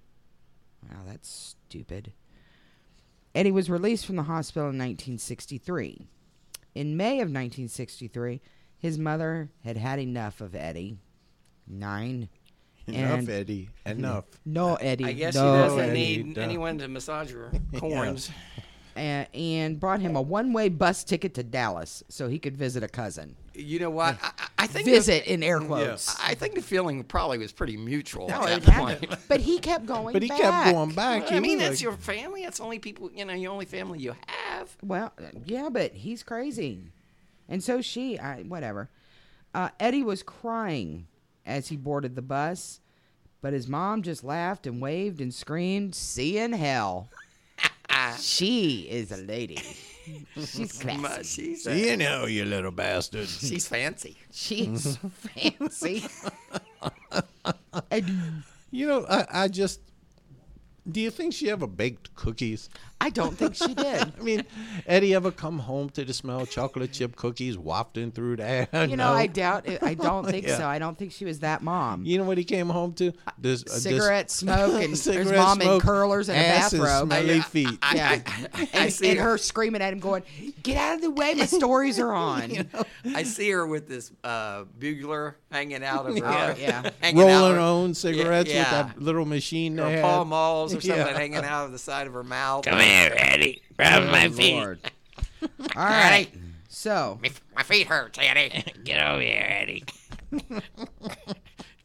Wow, that's stupid. Eddie was released from the hospital in 1963. In May of 1963, his mother had had enough of Eddie. Nine. Enough, And- Eddie. Enough. No, Eddie. I guess no. she doesn't Eddie, need duh. anyone to massage her corns. and, and brought him a one-way bus ticket to Dallas so he could visit a cousin. You know what? I, I- I think Visit in air quotes. The, I think the feeling probably was pretty mutual No, at it that had point. to- but he kept going. But he back. kept going back. I He mean, was that's like- your family. That's the only people you know. Your only family you have. have? Well, uh, yeah, but he's crazy. And so she, I whatever. Uh, Eddie was crying as he boarded the bus, but his mom just laughed and waved and screamed, "See you in hell." she is a lady. She's classy. She's, uh, You know, you little bastard. she's fancy. She's fancy. Eddie. You know, I, I just. Do you think she ever baked cookies? I don't think she did. I mean, Eddie ever come home to the smell of chocolate chip cookies wafting through the air? You know, I doubt it. I don't think Yeah. so. I don't think she was that mom. You know what he came home to? This uh, this- Cigarette smoke and his cigarette mom in smoke, curlers and a ass bathrobe. And smelly feet. Yeah. I, I and, see and her. her screaming at him, going, "Get out of the way! My stories are on." I see her with this uh, bugler hanging out of her. Yeah. Oh, Yeah. hanging out Rolling of her her- own cigarettes yeah. with that little machine. or they Paul had. Malls or something Yeah. hanging out of the side of her mouth. here, Eddie. Rub Oh, my feet. Lord. All right. So My feet hurt, Eddie. Get over here, Eddie.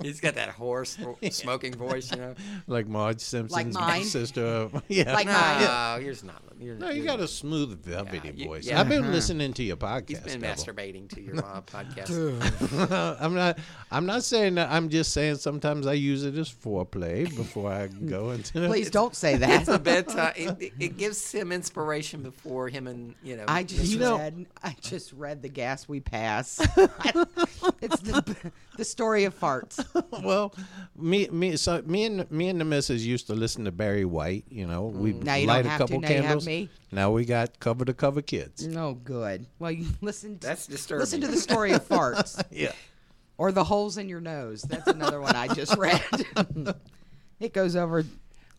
He's got that hoarse smoking voice, you know. Like Marge Simpson's mine. sister. Yeah. Like No, mine. your's not. You're, no, you you're- got a smooth, velvety you- voice. yeah. I've uh-huh. been listening to your podcast. He's been Bevel. masturbating to your uh, podcast. I'm not. I'm not saying that. I'm just saying sometimes I use it as foreplay before I go into. please don't say It's a that. bedtime. It, it- it gives him inspiration before him and you know. I just You know- read. I just read the gas we pass. it's the the story of farts. Well, me, me, so me and me and the missus used to listen to Barry White. You know, we Mm, Now you don't light a have to. couple Now you have candles. me. Now we got cover to cover kids. No good. Well, you listen. To, That's disturbing. Listen to the story of farts. Yeah. Or the holes in your nose. That's another one I just read. it goes over. wait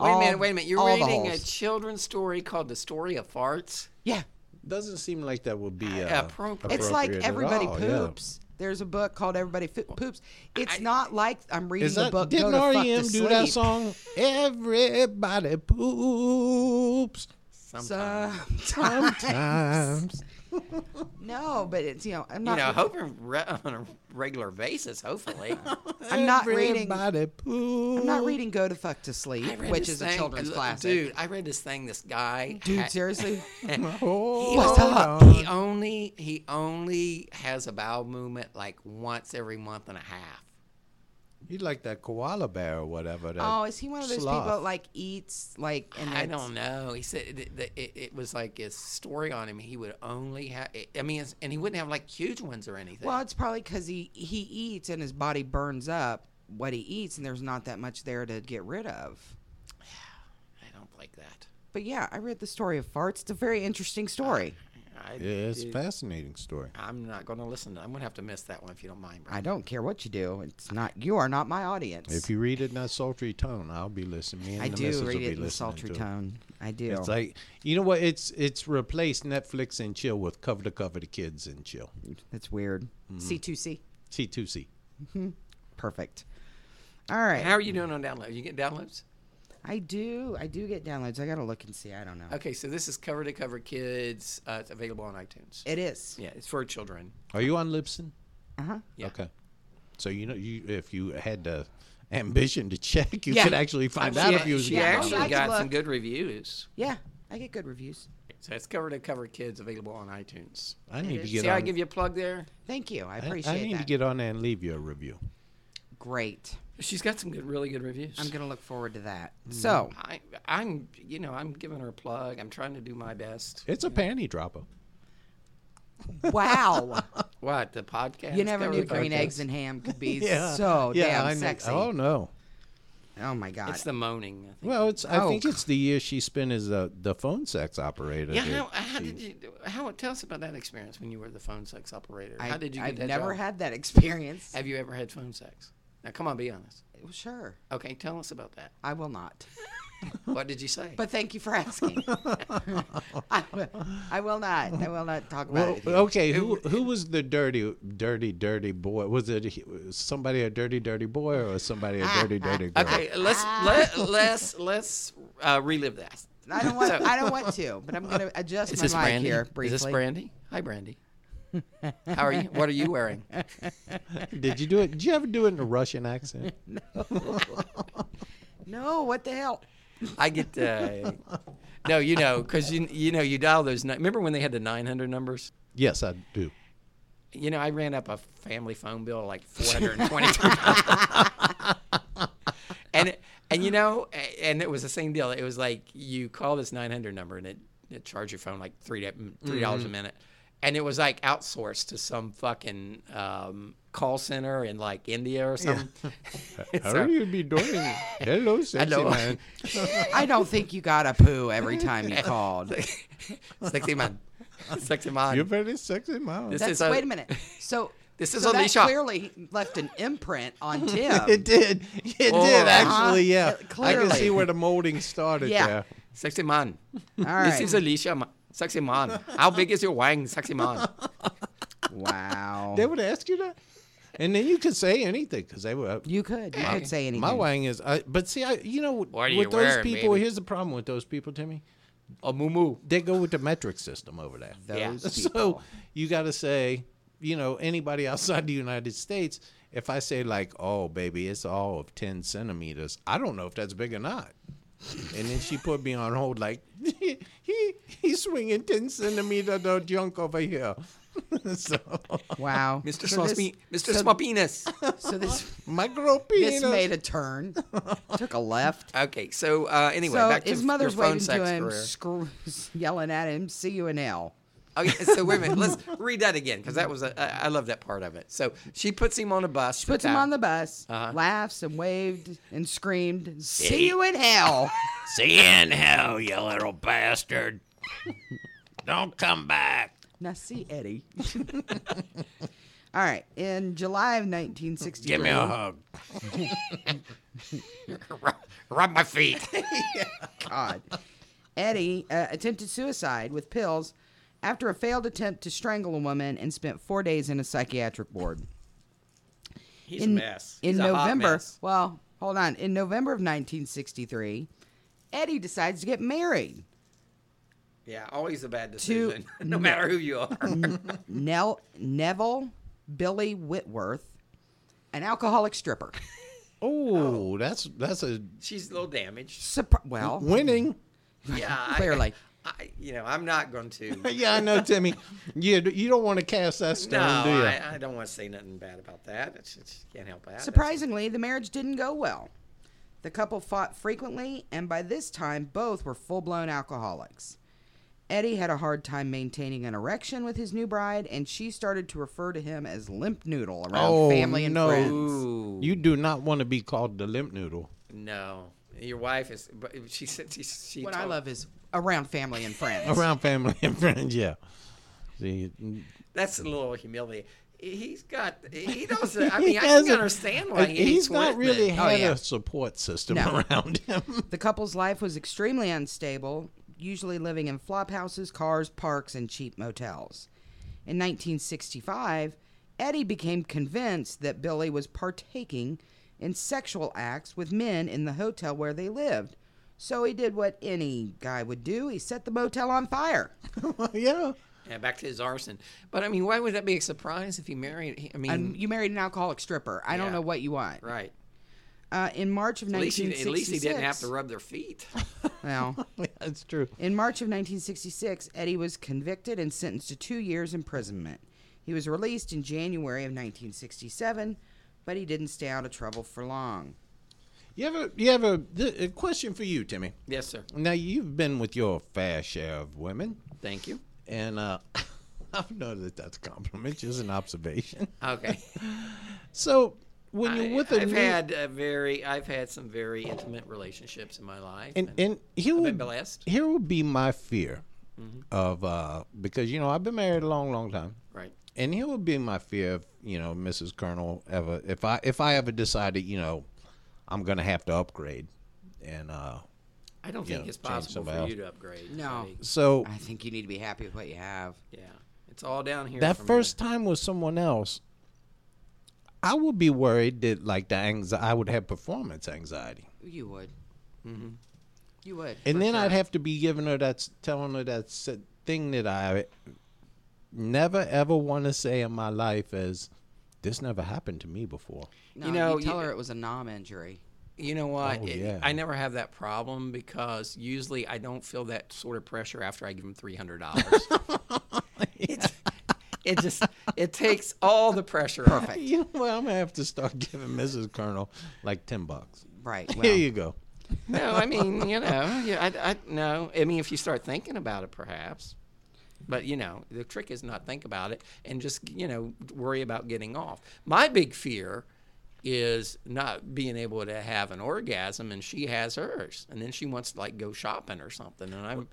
a all- minute. Wait a minute. You're all the reading a holes. children's story called "The Story of Farts." yeah, Doesn't seem like that would be uh, Appropriate. it's like appropriate at everybody all, Oh, yeah. poops. There's a book called Everybody Fo- Poops. It's not like I'm reading Is the that book. Go didn't to fuck to REM do that sleep. song? Everybody poops Sometimes. sometimes. No, but it's you know I'm you not. know, hoping re- on a regular basis. Hopefully, I'm not reading. Everybody poops. I'm not reading Go to Fuck to Sleep, I read which this is a thing- children's uh, classic. Dude, I read this thing. This guy, Dude, had- seriously, Oh, What's hold up? on. He only he only has a bowel movement like once every month and a half. You like that koala bear or whatever. That oh, is he one of those sloth. people that, like eats like? And I it's- don't know. He said it, it, it, it was like his story on him. He would only have. I mean, it's, and he wouldn't have like huge ones or anything. Well, it's probably because he he eats and his body burns up what he eats, and there's not that much there to get rid of. I don't like that. But yeah, I read the story of farts. It's a very interesting story. I, Yeah, it's a fascinating story. I'm not going to listen. to I'm going to have to miss that one if you don't mind. Bro. I don't care what you do. It's not you are not my audience. If you read it in that sultry tone, I'll be listening. Me and I the do missus read will be it in a listening sultry to it. tone. I do. It's like you know what? It's it's replaced Netflix and chill with cover to cover the kids and chill. That's weird. Mm-hmm. C two C. T two C. Perfect. All right. How are you doing on downloads? You getting downloads? I do. I do get downloads. I gotta look and see. I don't know. Okay, so this is cover to cover kids. Uh, it's available on iTunes. It is. yeah, it's for children. Are you on Libsyn? Uh huh. Yeah. Okay. So you know you if you had the ambition to check, you could actually find out She, if you was she getting downloads. actually I on. could got some look. good reviews. Yeah. I get good reviews. So it's cover to cover kids available on iTunes. I need to get See, how I on. give you a plug there. Thank you. I I- appreciate I need that. to get on there and leave you a review. Great. She's got some good, really good reviews. I'm gonna look forward to that. Mm-hmm. So I, I'm, you know, I'm giving her a plug. I'm trying to do my best. It's a panty dropper. wow, What the podcast? you never cover knew to cover green kids? eggs and ham could be so damn I know. sexy. Oh no. Oh my god. It's the moaning. I think. Well, it's. I Oh, think c- it's the year she spent as the the phone sex operator. yeah. that How, how she- did you? How? Tell us about that experience when you were the phone sex operator. I, how did you get I've that never job? had that experience. Have you ever had phone sex? Now, come on, be honest. Well, sure, Okay, tell us about that. I will not. What did you say? But thank you for asking. I, will- I will not. I will not talk about Well, it. Oh, okay. Who who was the dirty, dirty, dirty boy? Was it he- was somebody a dirty, dirty boy, or was somebody a dirty, dirty girl? okay, let's let, let's let's uh, relive that. Ah. I don't want. I don't want to. But I'm going to adjust Is my this mic Brandy? here Is briefly. this Brandy? Hi, Brandy. How are you? What are you wearing? Did you do it? Did you ever do it in a Russian accent? No, what the hell? I get uh, no, you know, because you you know you dial those. ni- Remember when they had the nine hundred numbers? Yes, I do. You know, I ran up a family phone bill of like four hundred and twenty. and it- and you know, a- and it was the same deal. It was like you call this nine hundred number and it it charged your phone like three da- three dollars Mm-hmm. a minute, and it was like outsourced to some fucking um, call center in like India or something. How are you be doing? Hello, sexy Hello. man. I don't think you got a poo every time you called. Sexy man, sexy man. You're very sexy, man. This That's, is a- wait a minute. So This is so that Alicia. clearly left an imprint on Tim. It did. It Oh, uh-huh. did actually. Yeah, Uh, I can clearly. see where the molding started. Yeah. there. Sexy man. All This right. is Alicia. ma- Sexy man. How big is your wang, sexy man? wow. They would ask you that, and then you could say anything because they were. you could. You could say anything. My wang is, I, but see, I you know What are you with those wearing, people. baby? Here's the problem with those people, Timmy. A moo moo. They go with the metric system over there. Those Yeah. So you got to say, you know, anybody outside the United States, if I say like, "Oh, baby, it's all of ten centimeters," I don't know if that's big or not. And then she put me on hold, like, he he, he's swinging ten centimeter the junk over here. so Wow. Mr. So this- Swaspy, Mr. Swampiness. So this micro this penis. made a turn. Took a left. Okay, so uh, anyway, so back to his your mother's phone waving to sex him, career. screw, yelling at him, "See you in hell." Okay, so wait a minute. Let's read that again because that was a, I, I love that part of it. So she puts him on a bus. She Puts him on the bus, Uh-huh. laughs and waved and screamed, "See you in hell!" See you in hell, you little bastard. Don't come back. now see Eddie. All right. In July of 1963, Give me a hug. rub, rub my feet. God. Eddie uh, attempted suicide with pills after a failed attempt to strangle a woman and spent four days in a psychiatric ward. He's in, a mess. In He's a hot November, mess. well, hold on. In November of 1963, Eddie decides to get married. Yeah, always a bad decision, no matter who you are. Nell Neville Billy Whitworth, an alcoholic stripper. oh, that's that's a She's a little damaged. Surpri- well, winning. Yeah, I- Clearly. I, you know, I'm not going to. no, yeah, I know, Timmy. Yeah, you don't want to cast that stone, do you? I, I don't want to say nothing bad about that. It's, it's can't help that. surprisingly, the marriage didn't go well. The couple fought frequently, and by this time, both were full blown alcoholics. Eddie had a hard time maintaining an erection with his new bride, and she started to refer to him as Limp Noodle around Oh, family and no. friends. Ooh. You do not want to be called the limp noodle. No, your wife is. But she said she. she What I told- love is around family and friends. around family and friends. Yeah. See, That's a little humility. He's got. He doesn't. I mean, I has can a- uh, understand why he hates Oh, he's not Whitman. really had yeah. a support system No. around him. The couple's life was extremely unstable, usually living in flop houses, cars, parks, and cheap motels. In 1965, Eddie became convinced that Billy was partaking in sexual acts with men in the hotel where they lived. So he did what any guy would do he set the motel on fire. Um, yeah. Yeah, back to his arson. But I mean, why would that be a surprise if he married? he- I mean, And you married an alcoholic stripper. I Yeah. don't know what you want. right. Uh, in March of At least, 1966. he, at least he didn't have to rub their feet. Well, That's true. In March of 1966, Eddie was convicted and sentenced to two years imprisonment. He was released in January of 1967, but he didn't stay out of trouble for long. You have a you have a, th- a question for you, Timmy. yes, sir. Now you've been with your fair share of women, Thank you. and uh, I've noticed that that's a compliment, just an observation. Okay. So when you're with a I've new, had a very. I've had some very intimate relationships in my life. and and here been would blessed. Mm-hmm. here would be my fear of uh because you know I've been married a long long time, right. and here would be my fear of you know mrs colonel ever if i if i ever decided you know i'm gonna have to upgrade and uh I don't You think know, it's change possible for somebody you to upgrade. No. buddy. so I think you need to be happy with what you have. Yeah. It's all down here. that from first time with someone else i would be worried that like the anxiety i would have performance anxiety You would. Mm-hmm. You would. and then i'd have to be giving her that s- telling her that s- thing that i never ever want to say in my life is this never happened to me before No, you know, tell you- her it was a nom injury. You know what? Oh, It- yeah. I never have that problem because usually I don't feel that sort of pressure after I give them three hundred dollars. It's It just it takes all the pressure. Perfect. You know what? I'm gonna have to start giving Mrs. Colonel like ten bucks. Right. Here Well, you go. No, I mean you know, yeah, I, I no, I mean if you start thinking about it, perhaps. But you know, the trick is not think about it and just you know worry about getting off. My big fear is not being able to have an orgasm, and she has hers, and then she wants to like go shopping or something, and I'm.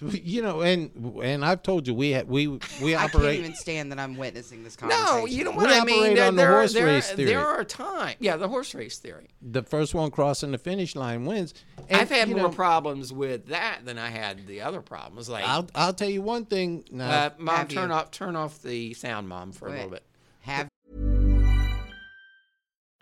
you know, and and I've told you we ha- we we I can't operate. even stand that I'm witnessing this conversation. No, you know We what I mean. operate There, on the there are- horse there, race theory. there are times. Yeah, the horse race theory. the first one crossing the finish line wins. And, I've had you more know, problems with that than I had the other problems. Like, I'll I'll tell you one thing. Now, uh, mom, Have you? turn off, turn off the sound, mom, for a Wait. little bit. Have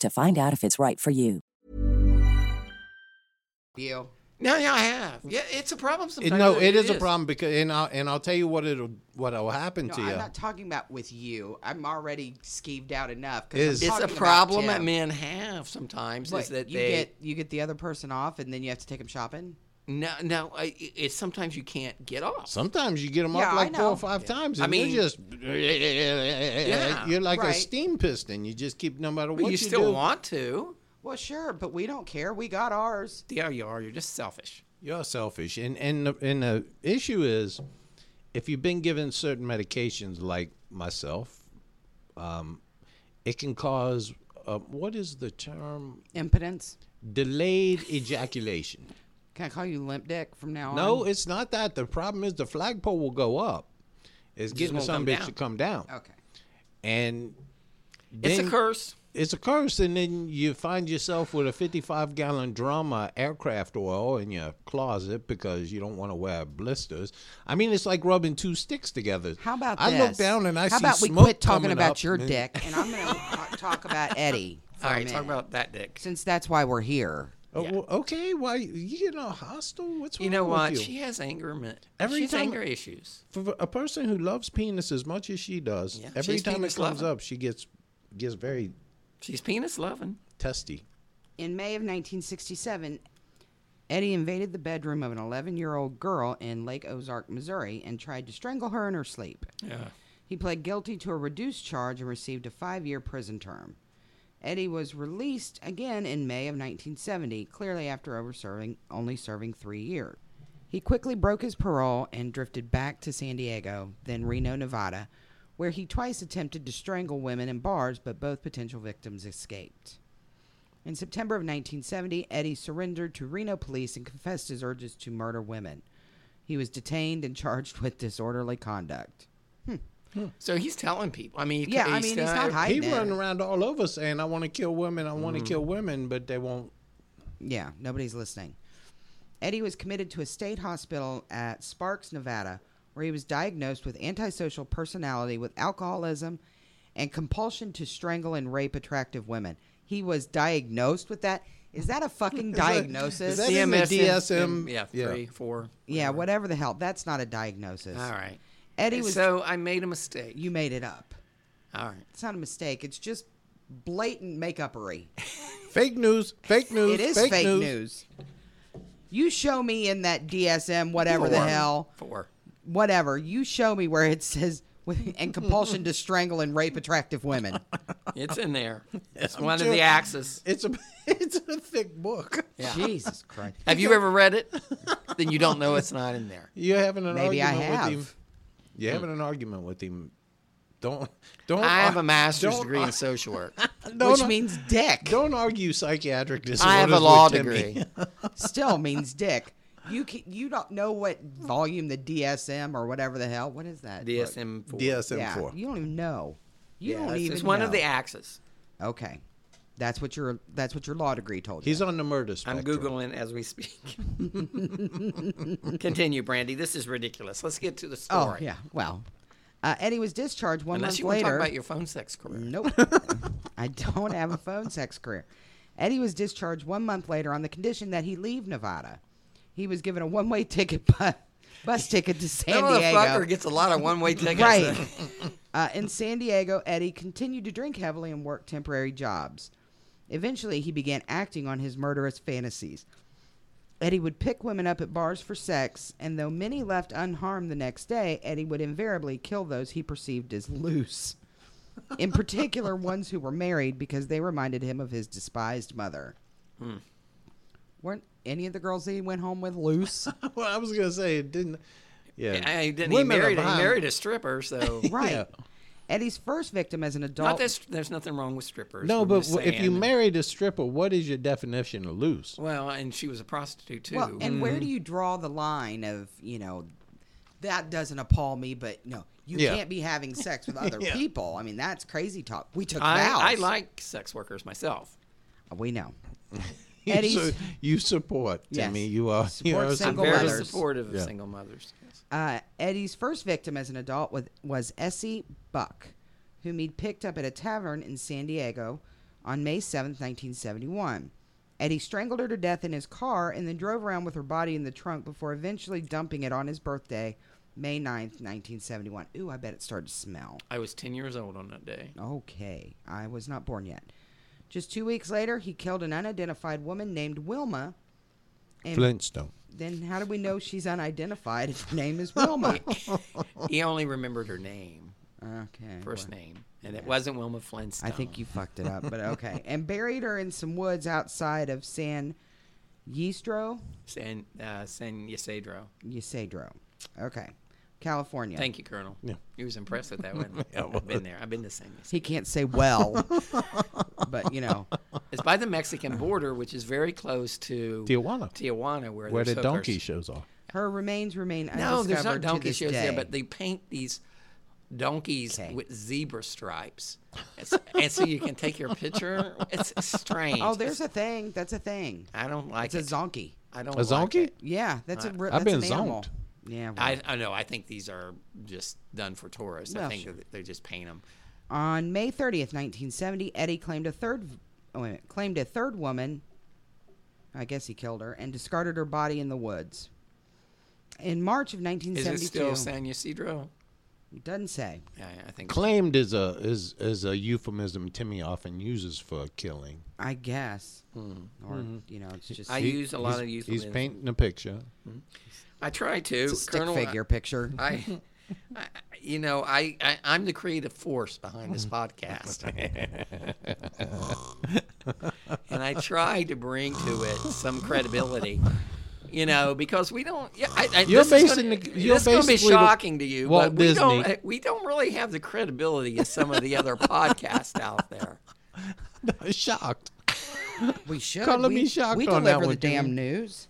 to find out if it's right for you. you? No, yeah, I have. Yeah, it's a problem it- sometimes. no, it is a problem because and I'll and I'll tell you what it'll what will happen No, to I'm you. not talking about with you. I'm already skeeved out enough. 'cause Is- I'm It's a talking about problem Tim. that men have sometimes. What, is that you they get you get the other person off, and then you have to take them shopping. no, no. I- it- It's sometimes you can't get off. Sometimes you get them Yeah, up I like four know. or five times, and I mean, mean- you're just you're like a right. steam piston. You just keep no matter what but you, you still do, want to. Well, sure, but we don't care. We got ours. Yeah, you are. You're just selfish. You're selfish, and and the, and the issue is, if you've been given certain medications like myself, um, it can cause uh, what is the term? Impotence. Delayed ejaculation. Can I call you limp dick from now on? No, it's not that. The problem is the flagpole will go up. It's getting won't come some bitch down. to come down, Okay. and It's a then- curse. it's a curse, and then you find yourself with a 55 gallon drum of aircraft oil in your closet because you don't want to wear blisters. I mean, it's like rubbing two sticks together. How about I this? look down and I How see about we smoke quit talking coming about up your and- dick, and I'm going to talk about Eddie. for All a right, talk minute, about that dick. since that's why we're here. Oh, well, okay, why you getting all hostile? What's You know wrong with what? you? She has anger. ma- Every she's time- anger issues. For a person who loves penis as much as she does, Yeah, every she's time it penis comes loving. up, she gets gets very She's penis loving. testy. In May of 1967, Eddie invaded the bedroom of an 11 year old girl in Lake Ozark, Missouri, and tried to strangle her in her sleep. Yeah. He pled guilty to a reduced charge and received a five year prison term. Eddie was released again in May of 1970, clearly after over serving, only serving three years. He quickly broke his parole and drifted back to San Diego, then Reno, Nevada, where he twice attempted to strangle women in bars, but both potential victims escaped. In September of 1970, Eddie surrendered to Reno police and confessed his urges to murder women. He was detained and charged with disorderly conduct. So he's telling people. I mean, he- Yeah, I mean, he's not telling- hiding He it. running around all over saying, "I want to kill women, I want to Mm-hmm. kill women," but they won't. Yeah, nobody's listening. Eddie was committed to a state hospital at Sparks, Nevada, where he was diagnosed with antisocial personality with alcoholism and compulsion to strangle and rape attractive women. He was diagnosed with that. Is that a fucking diagnosis? is that in the CMS DSM? Yeah, Yeah. three, four. yeah, whatever the hell. That's not a diagnosis. All right. Eddie was So I made a mistake. you made it up. All right. It's not a mistake. It's just blatant makeupery. Fake news. Fake news. It is fake, news. You show me in that DSM, whatever the Four. hell, Four. whatever. You show me where it says with, and compulsion to strangle and rape attractive women. It's in there. It's I'm one of joking. the axes. It's a it's a thick book. Jesus Christ. Have you ever read it? Then you don't know it's not in there. You having an Maybe I argument have. with him? You having an argument with him? Don't don't. Hmm. I have a master's don't- degree in social work. don't- Which means dick. Don't argue psychiatric disorders. I have a law with Timmy. degree. Still means dick. You can, you don't know what volume the DSM or whatever the hell. What is that? DSM four. DSM Yeah, four. you don't even know. You Yeah, don't it's- even. it's one of know. the axes. Okay, that's what your that's what your law degree told you. He's on the murder I'm spectrum. googling as we speak. Continue, Brandy. This is ridiculous. Let's get to the oh story. yeah. Well, uh, Eddie was discharged one Unless month you want to later. talk about your phone sex career. Nope. I don't have a phone sex career. Eddie was discharged one month later on the condition that he leave Nevada. He was given a one way ticket bu- bus ticket to San That Diego. motherfucker gets a lot of one-way tickets. Right. uh, in San Diego, Eddie continued to drink heavily and work temporary jobs. Eventually, he began acting on his murderous fantasies. Eddie would pick women up at bars for sex, and though many left unharmed the next day, Eddie would invariably kill those he perceived as loose. In particular, ones who were married because they reminded him of his despised mother. Weren't any of the girls he went home with loose? Well, I was gonna say it didn't. Yeah, And he didn't. He Women are married, he behind- married a stripper, so right. Yeah. Eddie's first victim as an adult. not that str- there's nothing wrong with strippers. No, I'm but just w- if you saying. married a stripper, what is your definition of loose? well, and she was a prostitute too. Mm. Well, and where Mm-hmm. do you draw the line of you know that doesn't appall me, but no, you Yeah. can't be having sex with other people. I mean, that's crazy talk. We took vows. I, I like sex workers myself. We know. You, Eddie's- su- you support Yes. Timmy. You are. you Support are single Very supportive. mothers. supportive of single mothers. Yes. Uh, Eddie's first victim as an adult with, was Essie Buck, whom he'd picked up at a tavern in San Diego on May seventh, 1971. Eddie strangled her to death in his car and then drove around with her body in the trunk before eventually dumping it on his birthday, May 9th, 1971. Ooh, I bet it started to smell. I was ten years old on that day. Okay, I was not born yet. Just two weeks later, he killed an unidentified woman named Wilma. And Flintstone. then, how do we know she's unidentified if her name is Wilma? He only remembered her name, okay. first name, and it wasn't Wilma Flintstone. I think you fucked it up, but okay. And buried her in some woods outside of San Ysidro, San uh, San Ysidro. Ysidro. Okay, California. Thank you, Colonel. Yeah. He was impressed with that one. I've been there. I've been to San Ysidro. He can't say well, but you know, It's by the Mexican border, which is very close to Tijuana. Tijuana, where, Where there's the hookers. donkey shows are. her remains remain No, undiscovered there's not to donkey this shows day. there, but they paint these donkeys with zebra stripes, It's- and so you can take your picture. It's strange. oh, there's a thing. That's a thing. I don't like It's it. a zonkey. I don't A like zonkey? it. Yeah, that's a. re- I've that's been an animal. zonked. Yeah. Well. I, I know. I think these are just done for tourists. I Well, think sure. that they just paint them. On May 30th, 1970, Eddie claimed a third v- oh, wait a minute, claimed a third woman. I guess he killed her and discarded her body in the woods. In March of Is 1972, it still San Ysidro? doesn't say. Yeah, I think. Claimed is a is is a euphemism Timmy often uses for killing. I guess, Hmm. or you know, it's just I a use a lot of He's- youth. He's painting a picture. I try to. stick Colonel, uh, I- figure picture. I, I you know, I, I I'm the creative force behind this Mm. podcast, and I try to bring to it some credibility. You know, because we don't. Yeah, I, I, You're this is basing gonna, the- you're this is gonna be basically the shocking to you, Walt but we Disney. don't. We don't really have the credibility of some of the other podcasts out there. Shocked. we should. Color we, me shocked we on deliver that the one, Jimmy. damn news.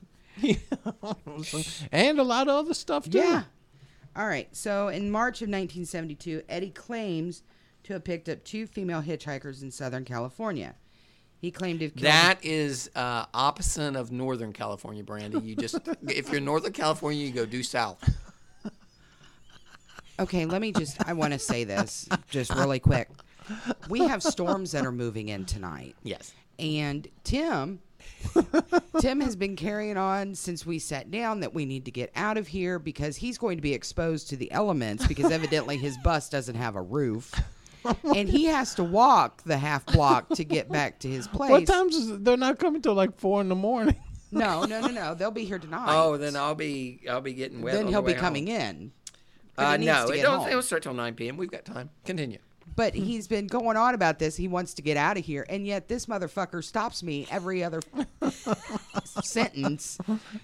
and a lot of other stuff too. Yeah. All right. So in March of 1972, Eddie claims to have picked up two female hitchhikers in Southern California. He claimed to have killed That is uh, opposite of Northern California, Brandy. You just if you're Northern California, you go due south. Okay, let me just. I want to say this just really quick. We have storms that are moving in tonight. Yes. And Tim, Tim has been carrying on since we sat down that we need to get out of here because he's going to be exposed to the elements because evidently his bus doesn't have a roof. and he has to walk the half block to get back to his place. What times is it? They're not coming till like four in the morning. No, no, no, no. They'll be here tonight. Oh, then I'll be I'll be getting wet. then he'll be coming in. Uh, but he needs no, to it get don't. home. It'll start till nine p.m. We've got time. Continue. But he's been going on about this. He wants to get out of here, and yet this motherfucker stops me every other sentence.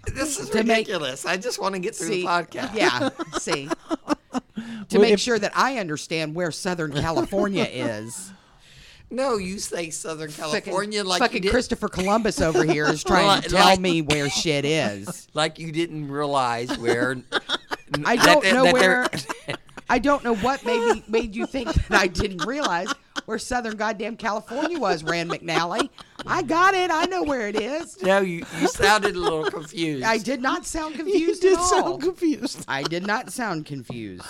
This is To make- ridiculous. I just want to get through See, the podcast. yeah, see, to Well, make if- sure that I understand where Southern California is. No, you say Southern California fucking, like you fucking did, Christopher Columbus over here is trying Like- to tell like- me where shit is. like you didn't realize where. I that- don't that- know that where. they're- I don't know what maybe made you think that I didn't realize where Southern goddamn California was, Rand McNally. I got it. I know where it is. No, you, you sounded a little confused. I did not sound You confused did at all. sound confused. I did not sound confused.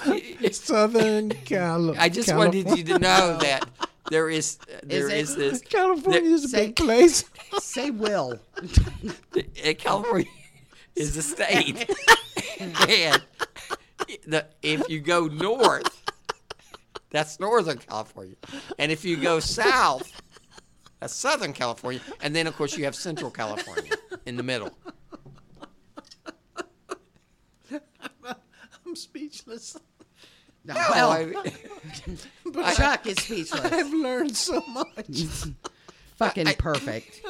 Southern Cali- I just California. wanted you to know that there is there it- is, this California is a Say- big place. Say will. uh, California is a state, and the, if you go north, that's Northern California, and if you go south, that's Southern California, and then of course you have Central California in the middle. I'm speechless. Well, I- Chuck is speechless. I've learned so much. Fucking perfect.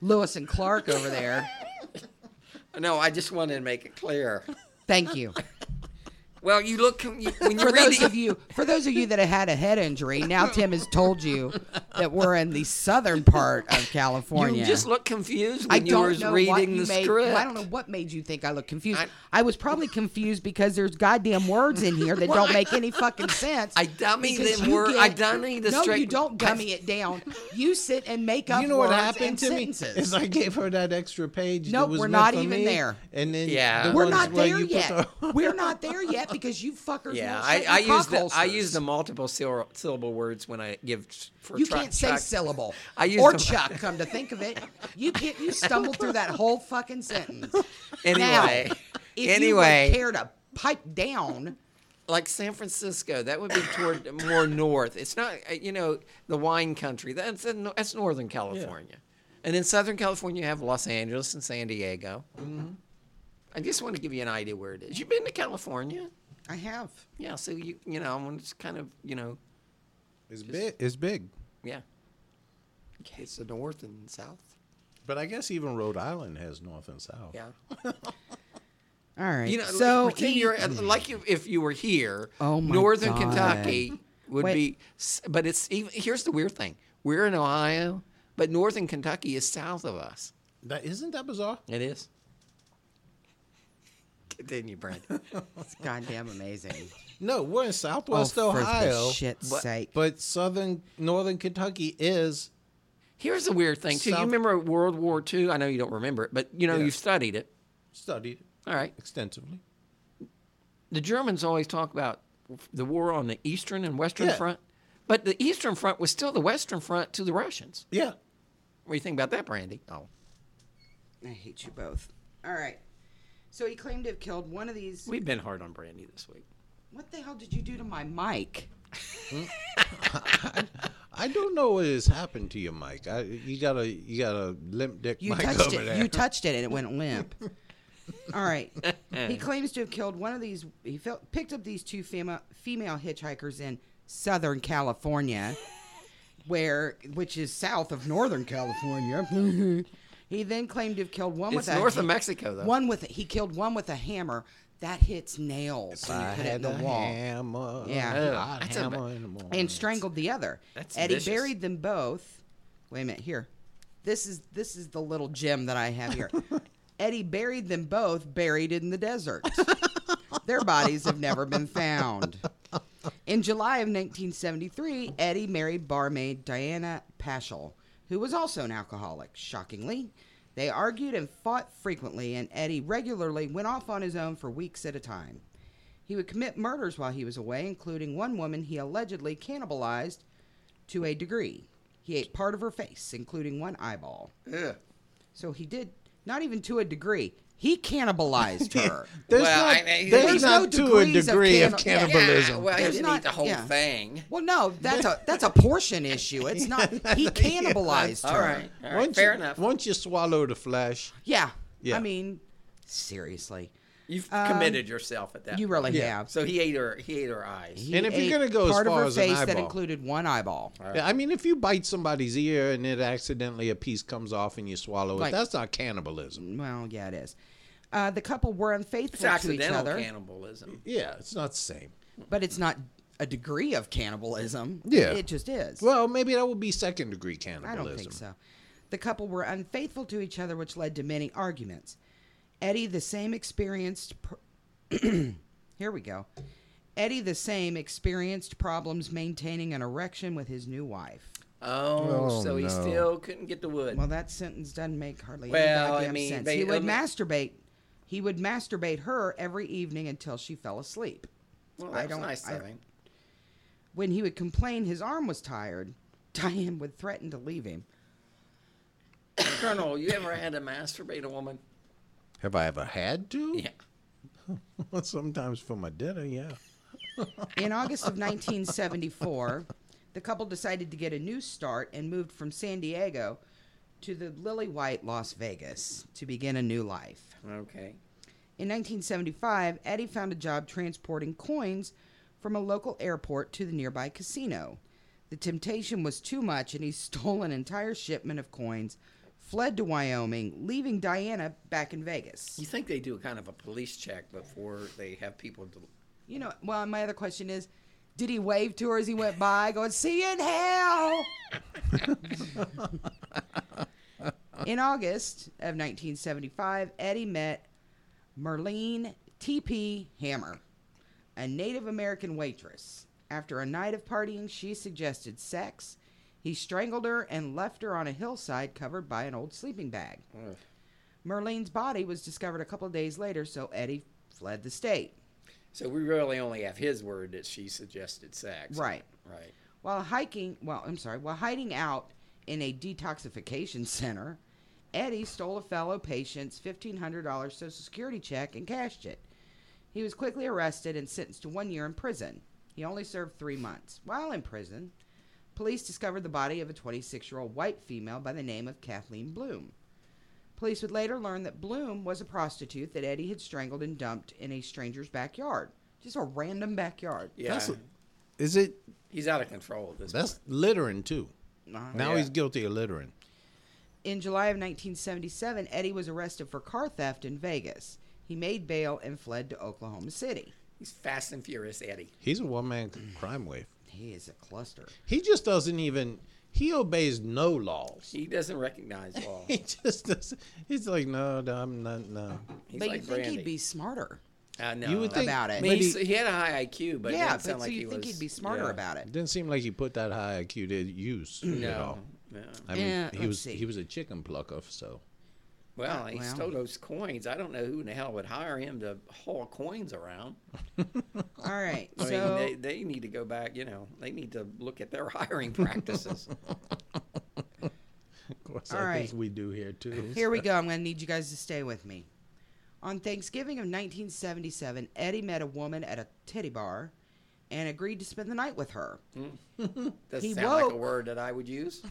Lewis and Clark over there. no, I just wanted to make it clear. Thank you. Well, you look you, when you For read those the, of you, for those of you that have had a head injury, now Tim has told you that we're in the southern part of California. you just look confused when I you were don't know what reading you the made, script. I don't know what made you think I looked confused. I- I, was probably confused because there's goddamn words in here that don't make any fucking sense. I dummy because them you word- I dummy the No, straight- you don't dummy it down. You sit and make up. You know what words happened and to sentences. me? Is I gave her that extra page. that Nope, was we're meant not for even me, there. And then Yeah. the We're We're ones not where there you put yet. the- We're not there yet because you fuckers. Yeah, won't I, shut I your use the cock I use holsters. the multiple syl- syllable words when I give t- for You tra- can't say track- syllable. I use or them- Chuck. Come to think of it, you can't. You stumbled through that whole fucking sentence. Now, anyway. if anyway, you would care to pipe down, like San Francisco, that would be toward more north. It's not uh, you know the wine country. That's in, that's Northern California, and in Southern California you have Los Angeles and San Diego. I just want to give you an idea where it is. You've been to California, I have. yeah? So you you know I'm just kind of you know It's big. It's big. yeah. It's the north and south. But I guess even Rhode Island has north and south. Yeah. All right. You know, so mm, like, pretend he- you're like you, if you were here. Oh my Northern God. Kentucky would Wait. be, s- but it's even. Here's the weird thing: we're in Ohio, but Northern Kentucky is south of us. That isn't that bizarre. It is. Continue, Brandon. it's goddamn amazing. No, we're in Southwest oh, for Ohio, the shit's but- sake. but southern Northern Kentucky is Here's the weird thing too. South- You remember World War II? I know you don't remember it, but you know Yeah. you've studied it. studied All right. extensively. The Germans always talk about the war on the Eastern and Western Yeah. Front, but the Eastern Front was still the Western Front to the Russians. Yeah. What do you think about that, Brandy? Oh. I hate you both. All right. So he claimed to have killed one of these. We've been hard on Brandy this week. What the hell did you do to my mic? I don't know what has happened to you, Mike. I, you got a you got a limp dick You Mike touched over it. there. You touched it, and it went limp. All right. He claims to have killed one of these. He fel- picked up these two fema- female hitchhikers in Southern California, where which is south of Northern California. he then claimed to have killed one It's with north a of Mexico, though. One with he killed one with a hammer that hits nails when you I put it in had the a wall hammer. Yeah. a Oh, hot that's a hammer ma- in the morning. and strangled the other. That's Eddie vicious. buried them both. Wait a minute here. This is this is the little gem that I have here. Eddie buried them both buried in the desert. Their bodies have never been found. In July of 1973, Eddie married barmaid Diana Paschal, who was also an alcoholic, shockingly. They argued and fought frequently, and Eddie regularly went off on his own for weeks at a time. He would commit murders while he was away, including one woman he allegedly cannibalized to a degree. He ate part of her face, including one eyeball. So he did, not even to a degree, He cannibalized her. There's Well, not, I- I- there's there's no not to a degrees of degree of, canni- Yeah, cannibalism. Yeah, well, he There's didn't not- eat the whole yeah. thing. Well, no, that's a that's a portion issue. It's not he cannibalized her. All right, all right, Once fair you, enough. Once you swallow the flesh, Yeah. Yeah. I mean, seriously, You've committed yourself at that. Um, you point. really Yeah. have. So he ate her. He ate her eyes. and if Ate you're gonna go as part far of her as an face that eyeball, included one eyeball. Yeah, I mean, if you bite somebody's ear and it accidentally a piece comes off and you swallow it, Like- that's not cannibalism. Well, yeah, it is. Uh, the couple were It's unfaithful to each accidental other, cannibalism. Yeah, it's not the same. but it's not a degree of cannibalism. Yeah. it just is. Well, maybe that would be second degree I cannibalism. don't think so. The couple were unfaithful to each other, which led to many arguments. Eddie, the same experienced. Per- Here we go. Eddie, the same experienced problems maintaining an erection with his new wife. Oh, Oh, so he no. still couldn't get the wood. Well, that sentence doesn't make hardly Well, I any goddamn mean, sense. they- he would um, masturbate. He would masturbate her every evening until she fell asleep. Well, I that's don't- nice I- of him. When he would complain his arm was tired, Diane would threaten to leave him. Colonel, you ever had to masturbate a woman? Have I ever had to? Yeah. Sometimes for my dinner, yeah. In August of 1974, the couple decided to get a new start and moved from San Diego to the lily white Las Vegas to begin a new life. Okay. In 1975, Eddie found a job transporting coins from a local airport to the nearby casino. The temptation was too much, and he stole an entire shipment of coins, fled to Wyoming, leaving Diana back in Vegas. You think they do kind of a police check before they have people? To... You know, well, my other question is did he wave to her as he went by, going, See you in hell? in August of 1975, Eddie met Merlene T.P. Hammer, a Native American waitress. After a night of partying, she suggested sex. He strangled her and left her on a hillside covered by an old sleeping bag. Merlene's body was discovered a couple of days later, so Eddie fled the state. So we really only have his word that she suggested sex. Right. Right. While hiking, well, I'm sorry, while hiding out in a detoxification center, Eddie stole a fellow patient's $1,500 Social Security check and cashed it. He was quickly arrested and sentenced to one year in prison. He only served three months. While in prison, police discovered the body of a 26 year old white female by the name of Kathleen Bloom. Police would later learn that Bloom was a prostitute that Eddie had strangled and dumped in a stranger's backyard. Just a random backyard. Yeah. That's- Is it? He's out of control at this point. That's littering too. now Uh-huh. Yeah. he's guilty of littering. In July of 1977, Eddie was arrested for car theft in Vegas. He made bail and fled to Oklahoma City. He's fast and furious, Eddie. He's a one man crime wave. He is a cluster. He just doesn't even. He obeys no laws. He doesn't recognize law. He just doesn't. He's like, no, no, I'm not. No. He's but like you think Brandy. he'd be smarter I know. You would think about I it? mean, But he's- he- he had a high IQ, but it yeah, didn't sound but so like you he think was- he'd be smarter yeah. about it? Didn't seem like he put that high IQ to use at all. No. I mean, Yeah, he let's was see. he was a chicken plucker, so Well, he well. stole those coins. I don't know who in the hell would hire him to haul coins around. All right, I so mean, they, they need to go back, you know, they need to look at their hiring practises. of course All I right. think we do here too. here we go. I'm going to need you guys to stay with me. On Thanksgiving of 1977, Eddie met a woman at a titty bar and agreed to spend the night with her. Does He sound like a woke. word that I would use.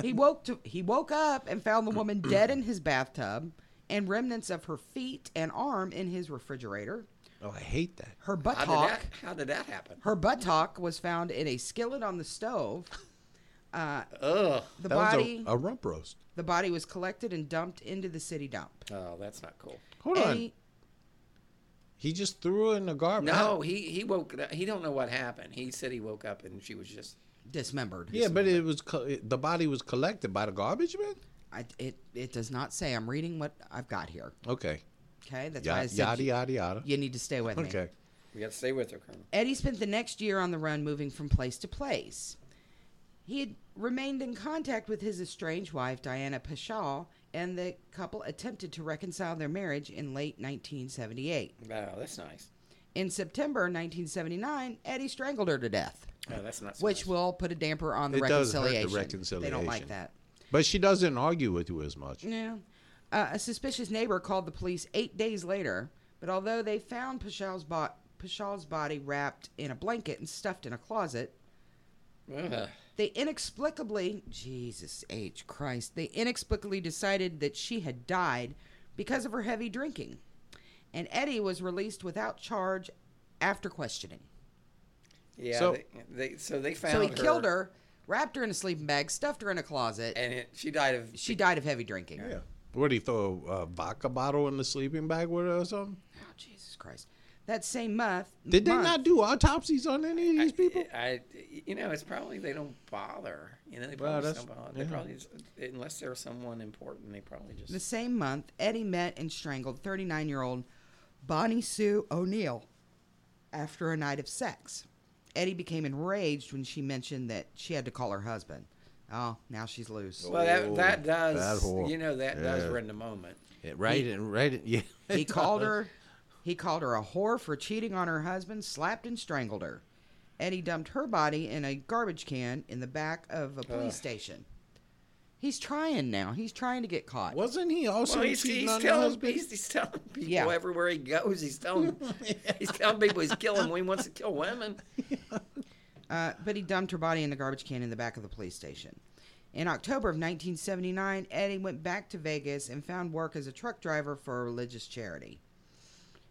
He woke to he woke up and found the woman dead in his bathtub and remnants of her feet and arm in his refrigerator. Oh, I hate that. How Her did buttock that? How did that happen? her buttock was found in a skillet on the stove. Uh, Ugh. The That body was a, a rump roast. the body was collected and dumped into the city dump. Oh, that's not cool. Hold on. Eddie- He just threw it in the garbage. No, he he woke. up- He don't know what happened. He said he woke up and she was just. dismembered. Yeah, but it was co- it- the body was collected by the garbage man. I, it it does not say. I'm reading what I've got here. Okay. Okay, that's why I Yada said yada you, yada yada. you need to stay with me. Okay. We got to stay with her, Colonel. Eddie spent the next year on the run, moving from place to place. He had remained in contact with his estranged wife, Diana Pashaw, and the couple attempted to reconcile their marriage in late 1978. Wow, that's nice. In September 1979, Eddie strangled her to death, No, Oh, that's not. So which nice. will put a damper on the It does hurt the reconciliation. They don't reconciliation. like that. But she doesn't argue with you as much. Yeah. Uh, Uh, a suspicious neighbor called the police eight days later, but although they found Pashal's, bo- Pashal's body wrapped in a blanket and stuffed in a closet, Ugh. they inexplicably, Jesus H. Christ, they inexplicably decided that she had died because of her heavy drinking. And Eddie was released without charge after questioning. Yeah. So- they, they, so they found So he her, killed her, wrapped her in a sleeping bag, stuffed her in a closet. and it, she died of. she died of heavy drinking. Yeah. What do you throw a, a vodka bottle in the sleeping bag with her or something? Oh, Jesus Christ. That same month. Did they month- not do autopsies on any of these people? I, you know, it's probably they don't bother. You know, they Well, probably that's- don't bother. They yeah. probably just, unless they're someone important, they probably just. The same month, Eddie met and strangled 39 year old Bonnie Sue O'Neill after a night of sex. Eddie became enraged when she mentioned that she had to call her husband. Oh, now she's loose. well, that that that does. whole- you know, that does run the moment. Yeah, right and right. and- Yeah. He called her he called her a whore for cheating on her husband, slapped and strangled her. Eddie dumped her body in a garbage can in the back of a police station. He's trying now. He's trying to get caught. Wasn't he also Well, he's, cheating he's on her telling husband? he's, he's telling people Yeah. everywhere he goes. He's telling he's telling people he's killing. When he wants to kill women. Uh, but he dumped her body in the garbage can in the back of the police station. In October of 1979, Eddie went back to Vegas and found work as a truck driver for a religious charity.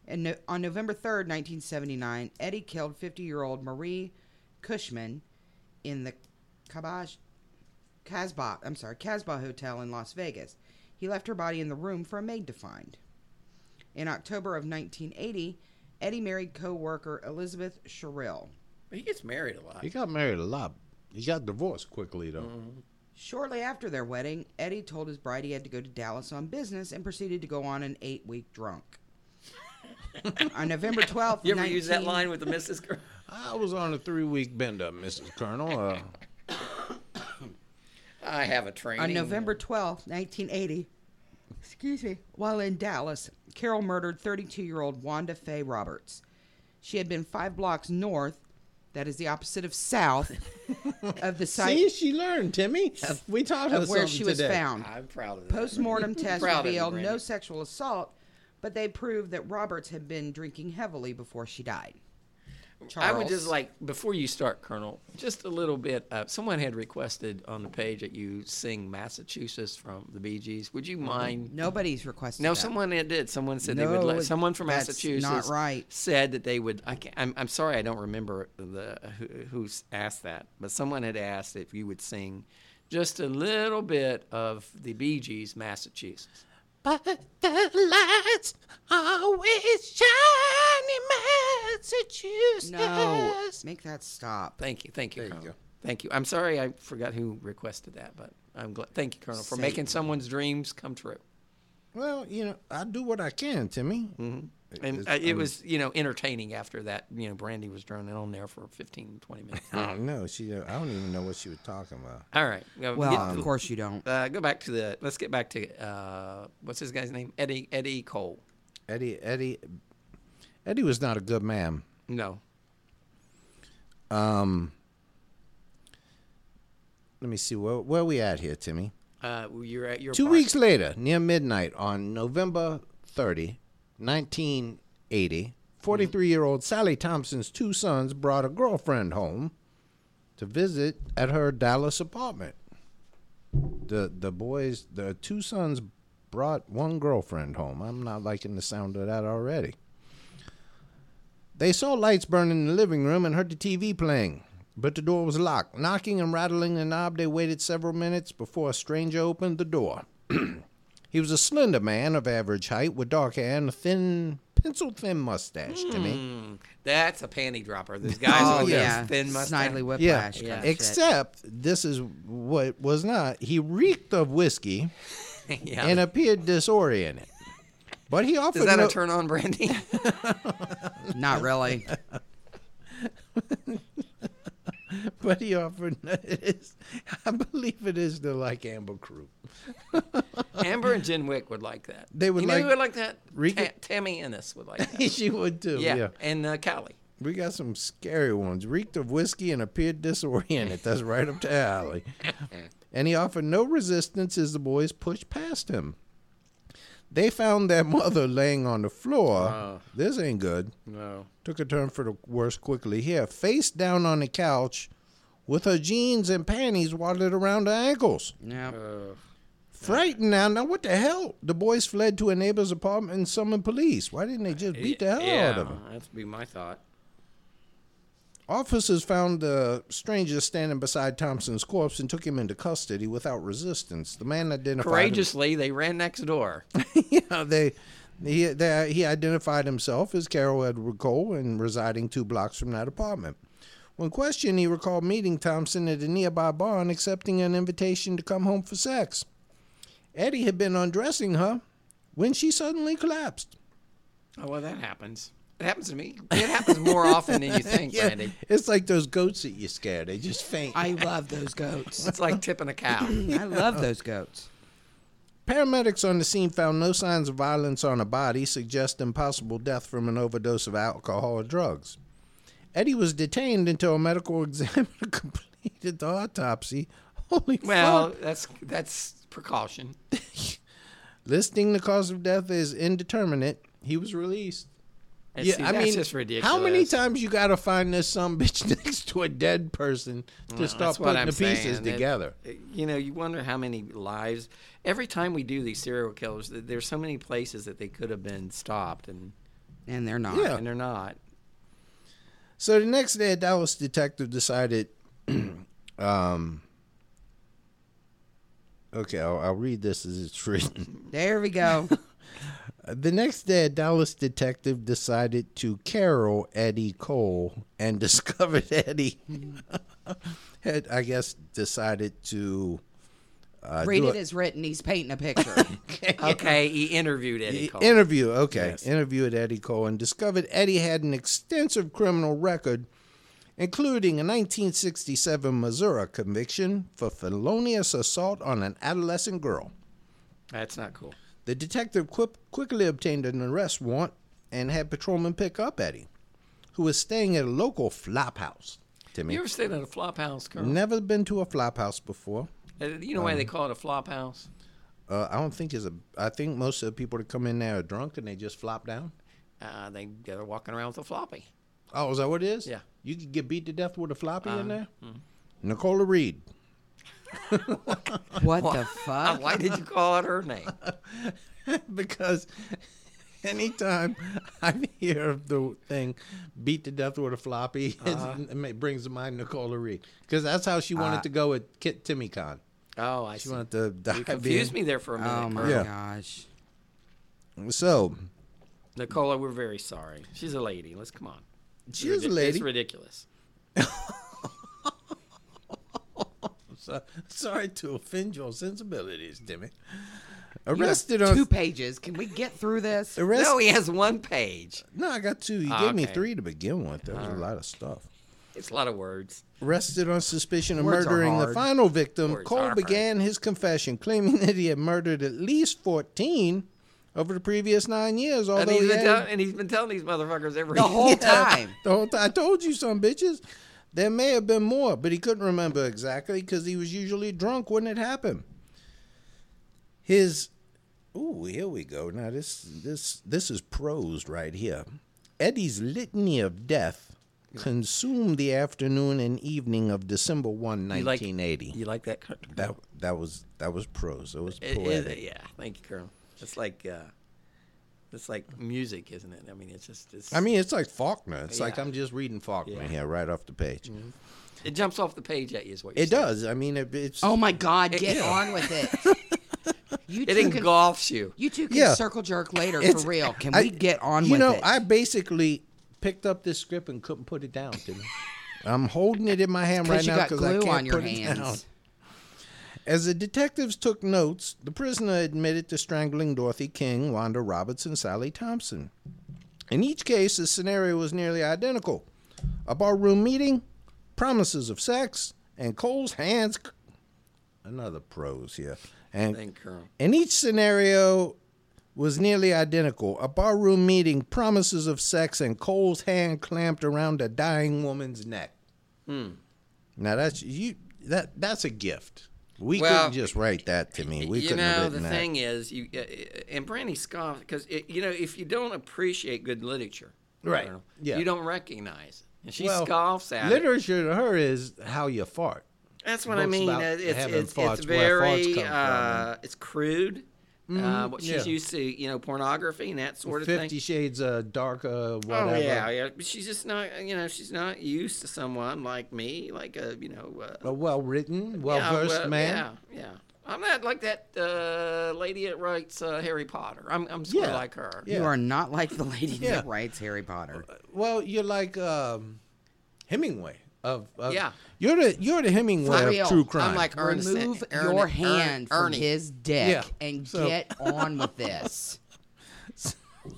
And no- on November 3rd, 1979, Eddie killed 50 year old Marie Cushman in the Cabaj, Casbah, I'm sorry, Casbah Hotel in Las Vegas. He left her body in the room for a maid to find. In October of 1980, Eddie married co worker Elizabeth Sherrill. But he gets married a lot. He got married a lot. He got divorced quickly though. Mm-hmm. Shortly after their wedding, Eddie told his bride he had to go to Dallas on business and proceeded to go on an eight week drunk. on November 12th, You ever use that 19 line with the Mrs. Girl? I was on a three-week bender, Mrs. Colonel. Uh, I have a training. On November 12th, 1980, excuse me, while in Dallas, Carol murdered 32 year old Wanda Faye Roberts. She had been five blocks north, that is the opposite of south, of the site see, she learned, Timmy. we taught her of where something she was today. found. I'm proud of that. Postmortem tests Proud of you, revealed no Brandy. sexual assault, but they proved that Roberts had been drinking heavily before she died. I would just Charles. like before you start, Colonel, just a little bit. Uh, someone had requested on the page that you sing Massachusetts from the Bee Gees. Would you mind? Nobody's requested. No, that. someone had did. Someone said they would. No, Let, someone from that's Massachusetts not right. said that they would. I can't, I'm, I'm sorry, I don't remember the who, who's asked that, but someone had asked if you would sing just a little bit of the Bee Gees, Massachusetts. But the lights always shine in Massachusetts. No, make that stop. Thank you, thank you, Colonel. Thank you. I'm sorry, I forgot who requested that, but I'm glad. Thank you, Colonel, for making someone's dreams come true. Well, you know, I do what I can, Timmy. And uh, it was, you know, entertaining after that. You know, Brandy was droning on there for 15, 20 minutes. I don't know. She, I don't even know what she was talking about. All right. uh, Well, get- um, of course you don't. uh, go back to the. Let's get back to uh, what's his guy's name? Eddie Eddie Cole. Eddie, Eddie, Eddie was not a good man. No. Let me see where where we at here, Timmy. Uh, you're at your Two part. weeks later, near midnight on November 30, 1980, 43 year old Sally Thompson's two sons brought a girlfriend home to visit at her Dallas apartment. The, the boys, the two sons brought one girlfriend home. I'm not liking the sound of that already. They saw lights burning in the living room and heard the TV playing, but the door was locked. Knocking and rattling the knob, they waited several minutes before a stranger opened the door. he was a slender man of average height with dark hair and a thin, pencil thin mustache to Hmm, me. That's a panty dropper. This guy's oh with yeah, his thin mustache. Snidely Yeah. whiplash. kind of shit. Except this is what was not. He reeked of whiskey yeah. and appeared disoriented. But he offered Is that no, a turn on, Brandy? not really. but he offered. It is, I believe it is the like Amber Crew. Amber and Jen Wick would like that. They would you know like- who would like that? Rika- Ta- Tammy Ennis would like that. she would too. yeah. yeah. And uh, Callie. We got some scary ones. Reeked of whiskey and appeared disoriented. That's right up to alley. and he offered no resistance as the boys pushed past him. They found their mother laying on the floor. Oh. This ain't good. No. Took a turn for the worse quickly here. Face down on the couch with her jeans and panties wadded around her ankles. Yeah. Frightened now. Now, what the hell? The boys fled to a neighbor's apartment and summoned police. Why didn't they just beat the hell yeah, out of them? That'd be my thought. Officers found the stranger standing beside Thompson's corpse and took him into custody without resistance. The man identified Courageously, they ran next door. yeah, they, he, they, he identified himself as Carol Edward Cole and residing two blocks from that apartment. When questioned, he recalled meeting Thompson at a nearby bar and accepting an invitation to come home for sex. Eddie had been undressing her when she suddenly collapsed. Oh, well, that happens. It happens to me. It happens more often than you think, Randy. It's like those goats that you scare; they just faint. I love those goats. It's like tipping a cow. I love those goats. Paramedics on the scene found no signs of violence on her body, suggesting possible death from an overdose of alcohol or drugs. Eddie was detained until a medical examiner completed the autopsy. Holy Well, fuck! that's that's precaution. Listing the cause of death as indeterminate, he was released. And see, that's just ridiculous. how many times you gotta find this some bitch next to a dead person to start That's what putting I'm the pieces saying. That- eh, together? you know, you wonder how many lives. Every time we do these serial killers, th- there's so many places that they could have been stopped, and And they're not. Yeah. and they're not. So the next day, a Dallas detective decided. um, okay, I'll, I'll read this as it's written. There we go. The next day, a Dallas detective decided to carol Eddie Cole and discovered Eddie had, I guess, decided to. Uh, Read do it a- as written. He's painting a picture. Okay, he interviewed Eddie Cole. Interview, okay. Interviewed Eddie Cole and discovered Eddie had an extensive criminal record, including a 1967 Missouri conviction for felonious assault on an adolescent girl. that's not cool. The detective quip quickly obtained an arrest warrant and had patrolmen pick up Eddie, who was staying at a local flop house. Timmy. You ever stayed at a flop house, Carl? Never been to a flop house before. Uh, You know why they call it a flop house? Uh, I don't think is a. I think most of the people that come in there are drunk and they just flop down. Uh, they they're walking around with a floppy. Oh, is that what it is? Yeah. You could get beat to death with a floppy in there? Nicola Reed. what the Uh, fuck? why did you call out her name? because anytime I hear of the thing beat to death with a floppy, it's- it ma- brings to mind Nicola Reed. Because that's how she wanted to go at Kit Timmy Con. Oh, I She see. wanted to dive You confused in. Um, me there for a minute. Oh my Yeah. gosh. So, Nicola, we're very sorry. She's a lady. Let's come on. she was a Ridic- lady. It's ridiculous. So- sorry to offend your sensibilities, Timmy. Arrested on. Two pages. Can we get through this? arrest- No, Oh, he has one page. no, I got two. You Ah, gave me okay. three to begin with. There was a lot of stuff. It's a lot of words. arrested on suspicion of Words are murdering the hard. final victim, Words Cole are hard. began his confession, claiming that he had murdered at least 14 over the previous nine years. Although And he's, he been had, tell- and he's been telling these motherfuckers every The whole time. the whole time, I told you some bitches. There may have been more, but he couldn't remember exactly because he was usually drunk when it happened. His, ooh, here we go. Now this this this is prose right here. Eddie's litany of death consumed the afternoon and evening of December 1, You like- 1980. You like that? Kurt? That that was that was prose. It was It- it- poetic. yeah. Thank you, Colonel. It's like uh, it's like music, isn't it? I mean, it's just it's, I mean, it's like Faulkner. It's like Yeah. I'm just reading Faulkner Yeah. Mm-hmm. here, right off the page. it jumps off the page at you. Is what you're It saying. does. I mean, it, it's Oh my god, get yeah. on with it. You It two can, engulfs you. you two can Yeah. circle jerk later it's- for real. Can I- we get on You with know, it? I basically picked up this script and couldn't put it down. Didn't I? I'm holding it in my hand right you now got because I glue can't on your put it down. hands. As the detectives took notes, the prisoner admitted to strangling Dorothy King, Wanda Roberts, and Sally Thompson. In each case, the scenario was nearly identical a barroom meeting, promises of sex, and Cole's hands. c- Another prose here. And Thank you, Colonel. in each scenario was nearly identical a barroom meeting, promises of sex, and Cole's hand clamped around a Hmm. dying woman's neck. Now, that's you. That that's a gift. We Well, couldn't just write that to me. We you couldn't know have the written that. thing is you uh, and brandy scoffed because you know if you don't appreciate good literature Right, you, know, yeah. you don't recognize it and she Well, scoffs at it Literature to her is how you fart. that's what i books mean about uh, it's, having it's, farts, it's where very farts come from, Mm-hmm. uh, it's crude uh, what she's yeah. used to you know pornography and that sort of thing Fifty Shades uh, Dark, uh, whatever. Oh yeah, yeah. But she's just not, you know, she's not used to someone like me, like a, you know, uh, A well written, well yeah, versed well, man. Yeah, yeah. I'm not like that uh, lady that writes uh, Harry Potter. I'm, I'm sort of Yeah. like her. Yeah. You are not like the lady Yeah. that writes Harry Potter. Well, you're like um, Hemingway. Of, of Yeah. You're the you're the Hemingway For of real. true crime. I'm like Ernest. Remove Ernie- your Ernie- hand from Ernie. his dick Yeah, and so- get on with this.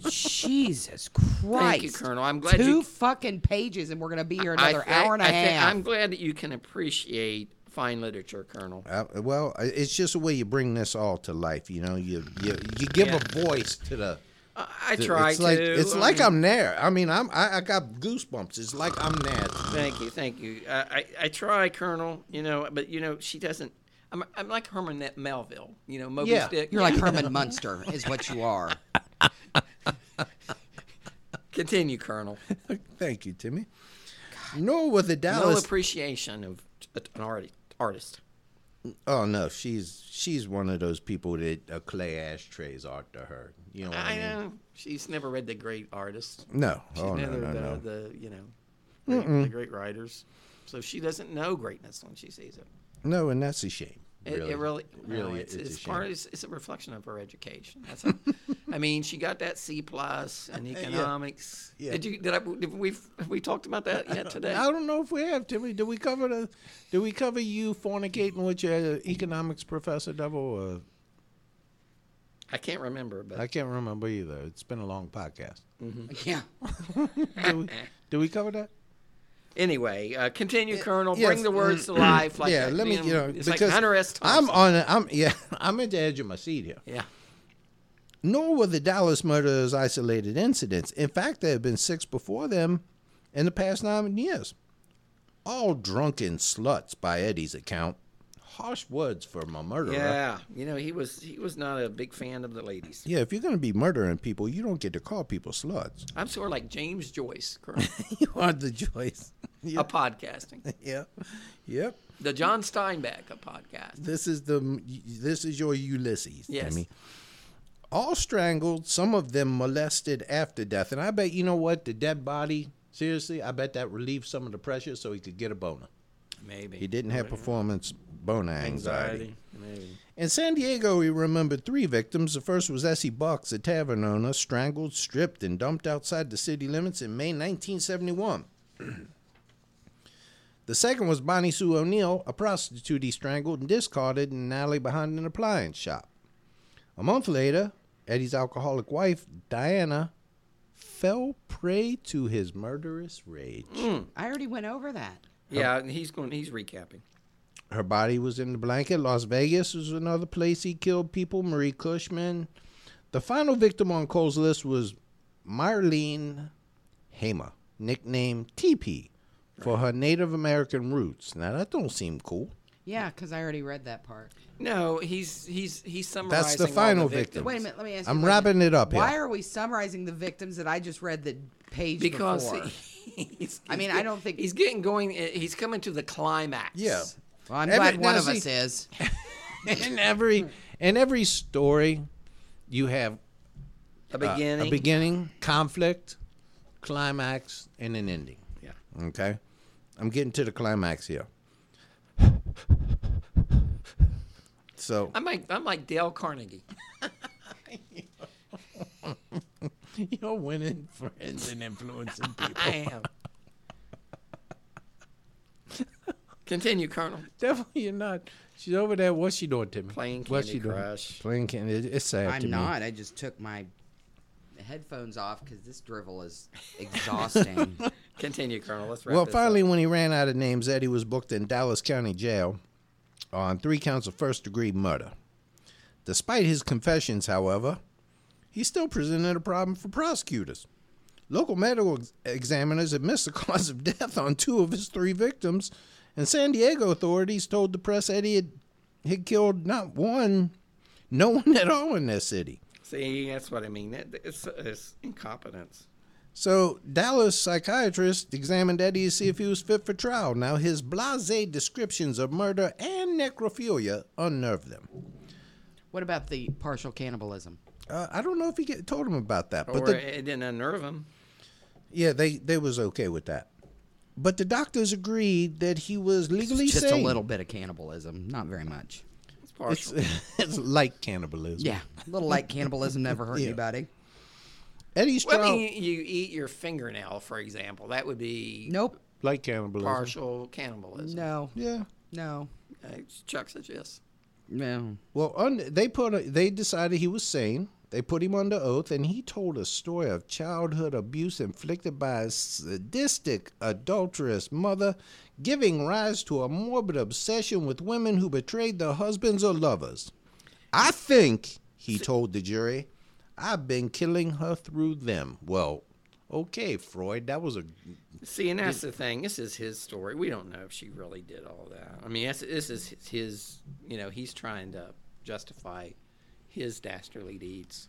Jesus Christ! Colonel. I'm glad Two you- fucking pages, and we're gonna be here I another thi- hour and a I thi- half. I'm glad that you can appreciate fine literature, Colonel. Uh, well, I- it's just a way you bring this all to life. You know, you you, you give a voice to the. I, I the- try it's like to. it's I like mean- I'm there. I mean, I'm I, I got goosebumps. It's like I'm there. Thank you, thank you. I, I, I try, Colonel. You know, but you know she doesn't. I'm, I'm like Herman Ne- Melville. You know, Moby Yeah. Dick. You're like Herman Munster, is what you are. Continue, Colonel. Thank you, Timmy. Nor were the No Dallas. appreciation of t- an arti- artist. oh no, she's she's one of those people that a clay ashtrays art to her. You know what I I, mean? know she's never read the great artists. No, She's oh no, never no, the, no. the you know great, the great writers. So she doesn't know greatness when she sees it. no, and that's a shame. It really, it really, Really, well, it's, it's it's, a shame. part. It's, it's a reflection of her education. That's how, I mean, she got that C plus in economics. Yeah. Did you? Did I? Did we? Have we talked about that yet today? I don't know if we have, Timmy. Did we cover the? Did we cover you fornicating with your economics professor double? Or, I can't remember, but I can't remember either. It's been a long podcast. Yeah. Did we, did we cover that? anyway, uh, continue, Colonel. yes, mm, Bring the words to life. Like yeah, that. let me. Man, You know, it's because like Hunter S. I'm Thompson. on. A, I'm yeah. I'm at the edge of my seat here. Yeah. Nor were the Dallas murders isolated incidents. In fact, there have been six before them in the past nine years. All drunken sluts, by Eddie's account. Harsh words for my murderer. Yeah, you know he was he was not a big fan of the ladies. Yeah, if you're going to be murdering people, you don't get to call people sluts. I'm sort of like James Joyce, Colonel, You are the Joyce. a podcasting, Yeah. Yep. the John Steinbeck of podcast. This is the this is your Ulysses. Yes. Timmy. All strangled, some of them molested after death. And I bet you know what? The dead body, seriously, I bet that relieved some of the pressure so he could get a boner. Maybe He didn't have performance boner anxiety. Maybe. In San Diego, he remembered three victims. The first was Essie Bucks, a tavern owner, strangled, stripped, and dumped outside the city limits in May 1971. the second was Bonnie Sue O'Neill, a prostitute he strangled and discarded in an alley behind an appliance shop. A month later, Eddie's alcoholic wife, Diana, fell prey to his murderous rage. I already went over that. Oh. Yeah, and he's going. He's recapping. Her body was in the blanket. Las Vegas was another place he killed people. Marie Cushman. The final victim on Cole's list was Marlene Hamer, nicknamed TP, for her Native American roots. Now that don't seem cool. Yeah, because I already read that part. No, he's he's he's summarizing. That's the all final the victim. victims. Wait a minute. Let me ask you. I'm a minute. wrapping it up here. Why are we summarizing the victims that I just read the page because before? he- he's, I mean, he's I don't think- he's getting going. eh, He's coming to the climax. Yeah. Uh, Well, I'm Every- glad one now, of us see- is. in every in every story, you have a uh, beginning. a beginning, conflict, climax, and an ending. Yeah. Okay. I'm getting to the climax here. So I'm like I'm like Dale Carnegie. you're winning friends and influencing people. I am. Continue, Colonel. Definitely you're not. She's over there. What's she doing to me? Playing What's Candy she doing? Crush. Playing candy. it- It's sad to I'm me. not. I just took my headphones off because this drivel is exhausting. Continue, Colonel. Let's wrap Well, this finally, up. when he ran out of names, Eddie was booked in Dallas County Jail on three counts of first degree murder. Despite his confessions, however, he still presented a problem for prosecutors. Local medical ex- examiners had missed the cause of death on two of his three victims, and San Diego authorities told the press Eddie had, He killed not one, no one at all in that city. See, that's what I mean. It, it's, it's incompetence. So Dallas psychiatrist examined Eddie to see if he was fit for trial. Now his blasé descriptions of murder and necrophilia unnerved them. What about the partial cannibalism? Uh, I don't know if he get, told him about that, Or but the, it didn't unnerve him. yeah, they they was okay with that. But the doctors agreed that he was legally Just sane. a little bit of cannibalism, not very much. It's It's, partial. it's like cannibalism. Yeah, a little like cannibalism never hurt Yeah. anybody. Eddie's well, trial I mean, you, you eat your fingernail, for example. That would be Nope. like cannibalism. partial cannibalism. No. Yeah. No. Uh, Chuck says yes. No. Well, un, they put a, they decided he was sane. They put him under oath, and he told a story of childhood abuse inflicted by a sadistic, adulterous mother, giving rise to a morbid obsession with women who betrayed their husbands or lovers. I think he told the jury, "I've been killing her through them." Well, okay, Freud, that was a See, and that's the thing. This is his story. We don't know if she really did all that. I mean, that's, this is his. You know, he's trying to justify his dastardly deeds.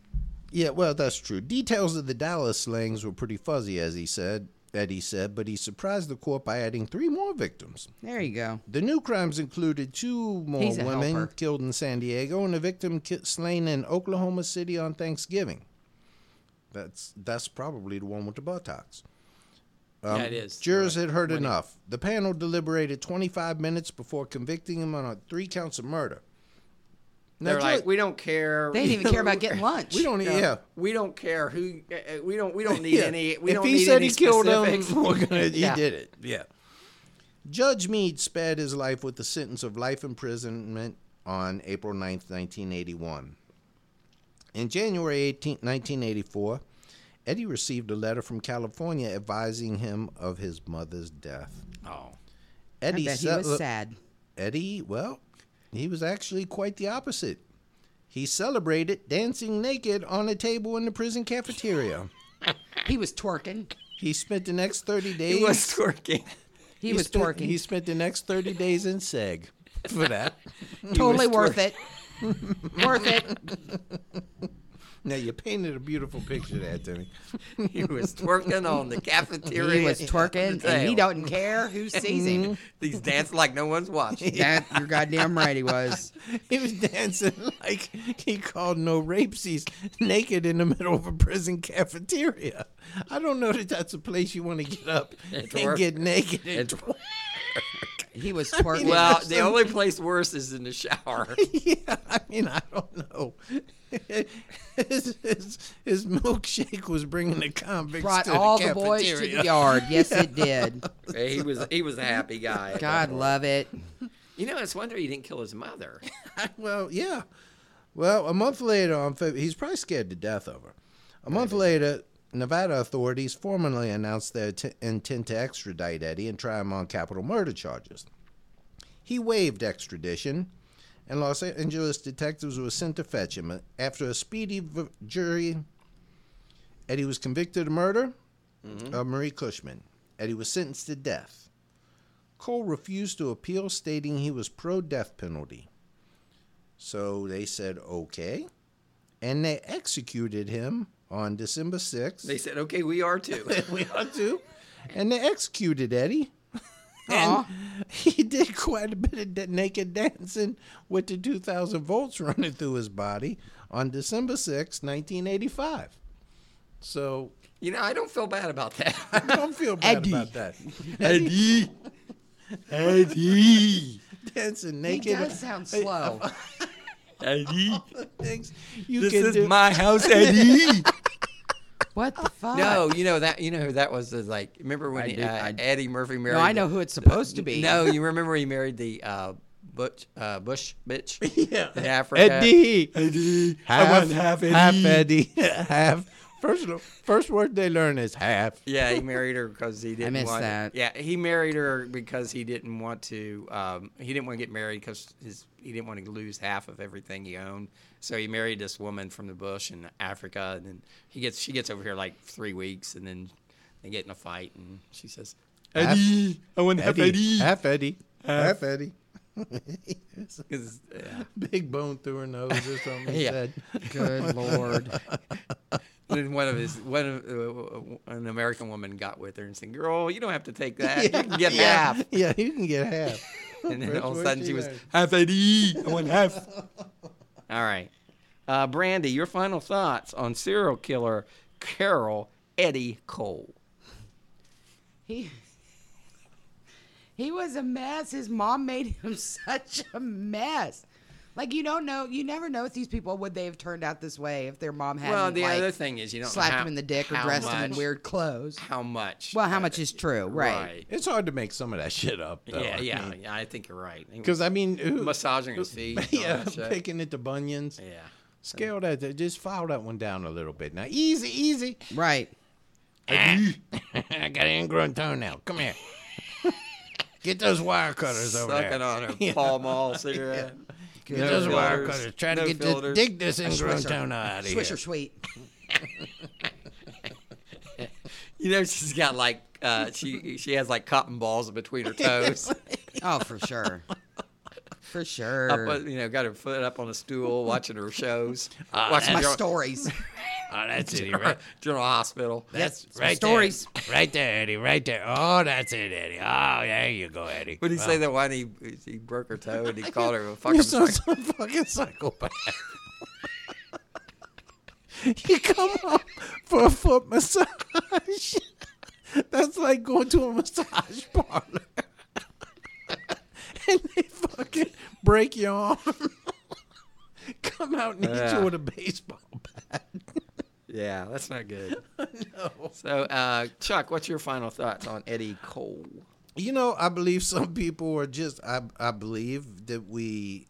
Yeah, well, that's true. Details of the Dallas slangs were pretty fuzzy, as he said. Eddie said, but he surprised the court by adding three more victims. There you go. The new crimes included two more He's a women helper. killed in San Diego and a victim ki- slain in Oklahoma City on Thanksgiving. That's that's probably the one with the buttocks. Um, yeah, it is. Jurors had heard enough. The panel deliberated 25 minutes before convicting him on uh, three counts of murder. Now, They're Ju- like, we don't care. They didn't even care about getting lunch. we don't, e-, yeah. We don't care who. Uh, uh, we don't. We don't need Yeah. any. We if don't he need said any he killed specifics. him, we're gonna, Yeah. he did it. Yeah. Judge Meade spared his life with a sentence of life imprisonment on April 9th, 1981. In January 18, 1984, Eddie received a letter from California advising him of his mother's death. Oh, Eddie I bet he set- was sad. Eddie, well, he was actually quite the opposite. He celebrated dancing naked on a table in the prison cafeteria. He was twerking. He spent the next 30 days he was twerking. He, was spent, twerking. He spent the next 30 days in seg for that. totally worth it. worth it. Now, you painted a beautiful picture there, Timmy. He was twerking on the cafeteria. He was twerking, and he table. doesn't care who sees him. These dance like no one's watching. Mm-hmm. That you're goddamn right. He was. He was dancing like he called no rapesies naked in the middle of a prison cafeteria. I don't know that that's a place you want to get up and, twerk. get naked. And twerk. He was twerking. Well, the only place worse is in the shower. Yeah, I mean, I don't know. His, his, his milkshake was bringing the convicts brought to the all the cafeteria. boys to the yard. Yes, it did. he was he was a happy guy. God love it. You know, it's wonder he didn't kill his mother. Well, yeah. Well, a month later, on Feb- he's probably scared to death of her. A month later, Nevada authorities formally announced their t- intent to extradite Eddie and try him on capital murder charges. He waived extradition, and Los Angeles detectives were sent to fetch him. After a speedy v- jury, Eddie was convicted of murder of Marie Cushman. Eddie was sentenced to death. Cole refused to appeal, stating he was pro death penalty. So they said, okay. And they executed him on December 6th. They said, "Okay, we are too." we ought to. And they executed Eddie. And he did quite a bit of da- naked dancing with the 2,000 volts running through his body on December 6th, 1985. So you know, I don't feel bad about that. I don't feel bad Eddie. about that. Eddie. Eddie. dancing He naked. does sound slow. Eddie, Things you this can is do. my house, Eddie. What the fuck? no, you know that. You know who that was. the, Like, remember when I do- uh, I- Eddie Murphy married? No, I know who it's supposed to be. No, you remember he married the uh, Butch uh, Bush bitch Yeah. in Africa. Eddie. Eddie, half, I want half Eddie. half Eddie, half. First, lo- first word they learn is half. Yeah, he married her because he didn't missed want. that. Yeah, he married her because he didn't want to. Um, he didn't want to get married because his he didn't want to lose half of everything he owned. So he married this woman from the bush in Africa, and then he gets she gets over here like three weeks, and then they get in a fight, and she says, Half- "Eddie, I want half Eddie." half Eddie, half Eddie. Because Big bone through her nose or something. He Yeah. said. Good lord. then one of his one of uh, an American woman got with her and said, "Girl, you don't have to take that. You can get half." Yeah, you can get half. And then That's all of a what sudden she she was had. half eighty. I want half. all right, uh, Brandy, your final thoughts on serial killer Carol Eddie Cole. He he was a mess. His mom made him such a mess. Like you don't know, you never know with these people would they have turned out this way if their mom hadn't. Well, the like, other thing is you don't know slapped how- him in the dick or how dressed him in much- weird clothes. How much? Well, how uh, much is true, right? It's hard to make some of that shit up, though. Yeah, yeah, yeah, I think you're right. Because I mean, who, massaging his feet. and all yeah, that shit. picking at the bunions. Yeah. Scale that. Just file that one down a little bit. Now, easy, easy. Right. I got an ingrown toenail. Come here. Get those wire cutters over there. Sucking on a Pall Mall cigarette. Get those No wire filters. cutters. Try No to get filters. this, dig this ingrown Swisher. toenail out of Swisher here. sweet. You know she's got like uh, she she has like cotton balls in between her toes. Oh, for sure. For up, sure. on- you know, got her foot up on a stool watching her shows. watching My General, stories. Oh, that's it, right? General Hospital. That's Yes, right stories. there. Right there, Eddie. Right there. Oh, that's it, Eddie. Oh, there you go, Eddie. What did he say that one? He, he broke her toe and he called her a fucking. So psych- some fucking psychopath. you come up for a foot massage. That's like going to a massage parlor. and they fucking break your arm. come out and hit Yeah. you with a baseball bat. yeah, that's not good. So, uh, Chuck, what's your final thoughts on Eddie Cole? You know, I believe some people are just. I I believe that we.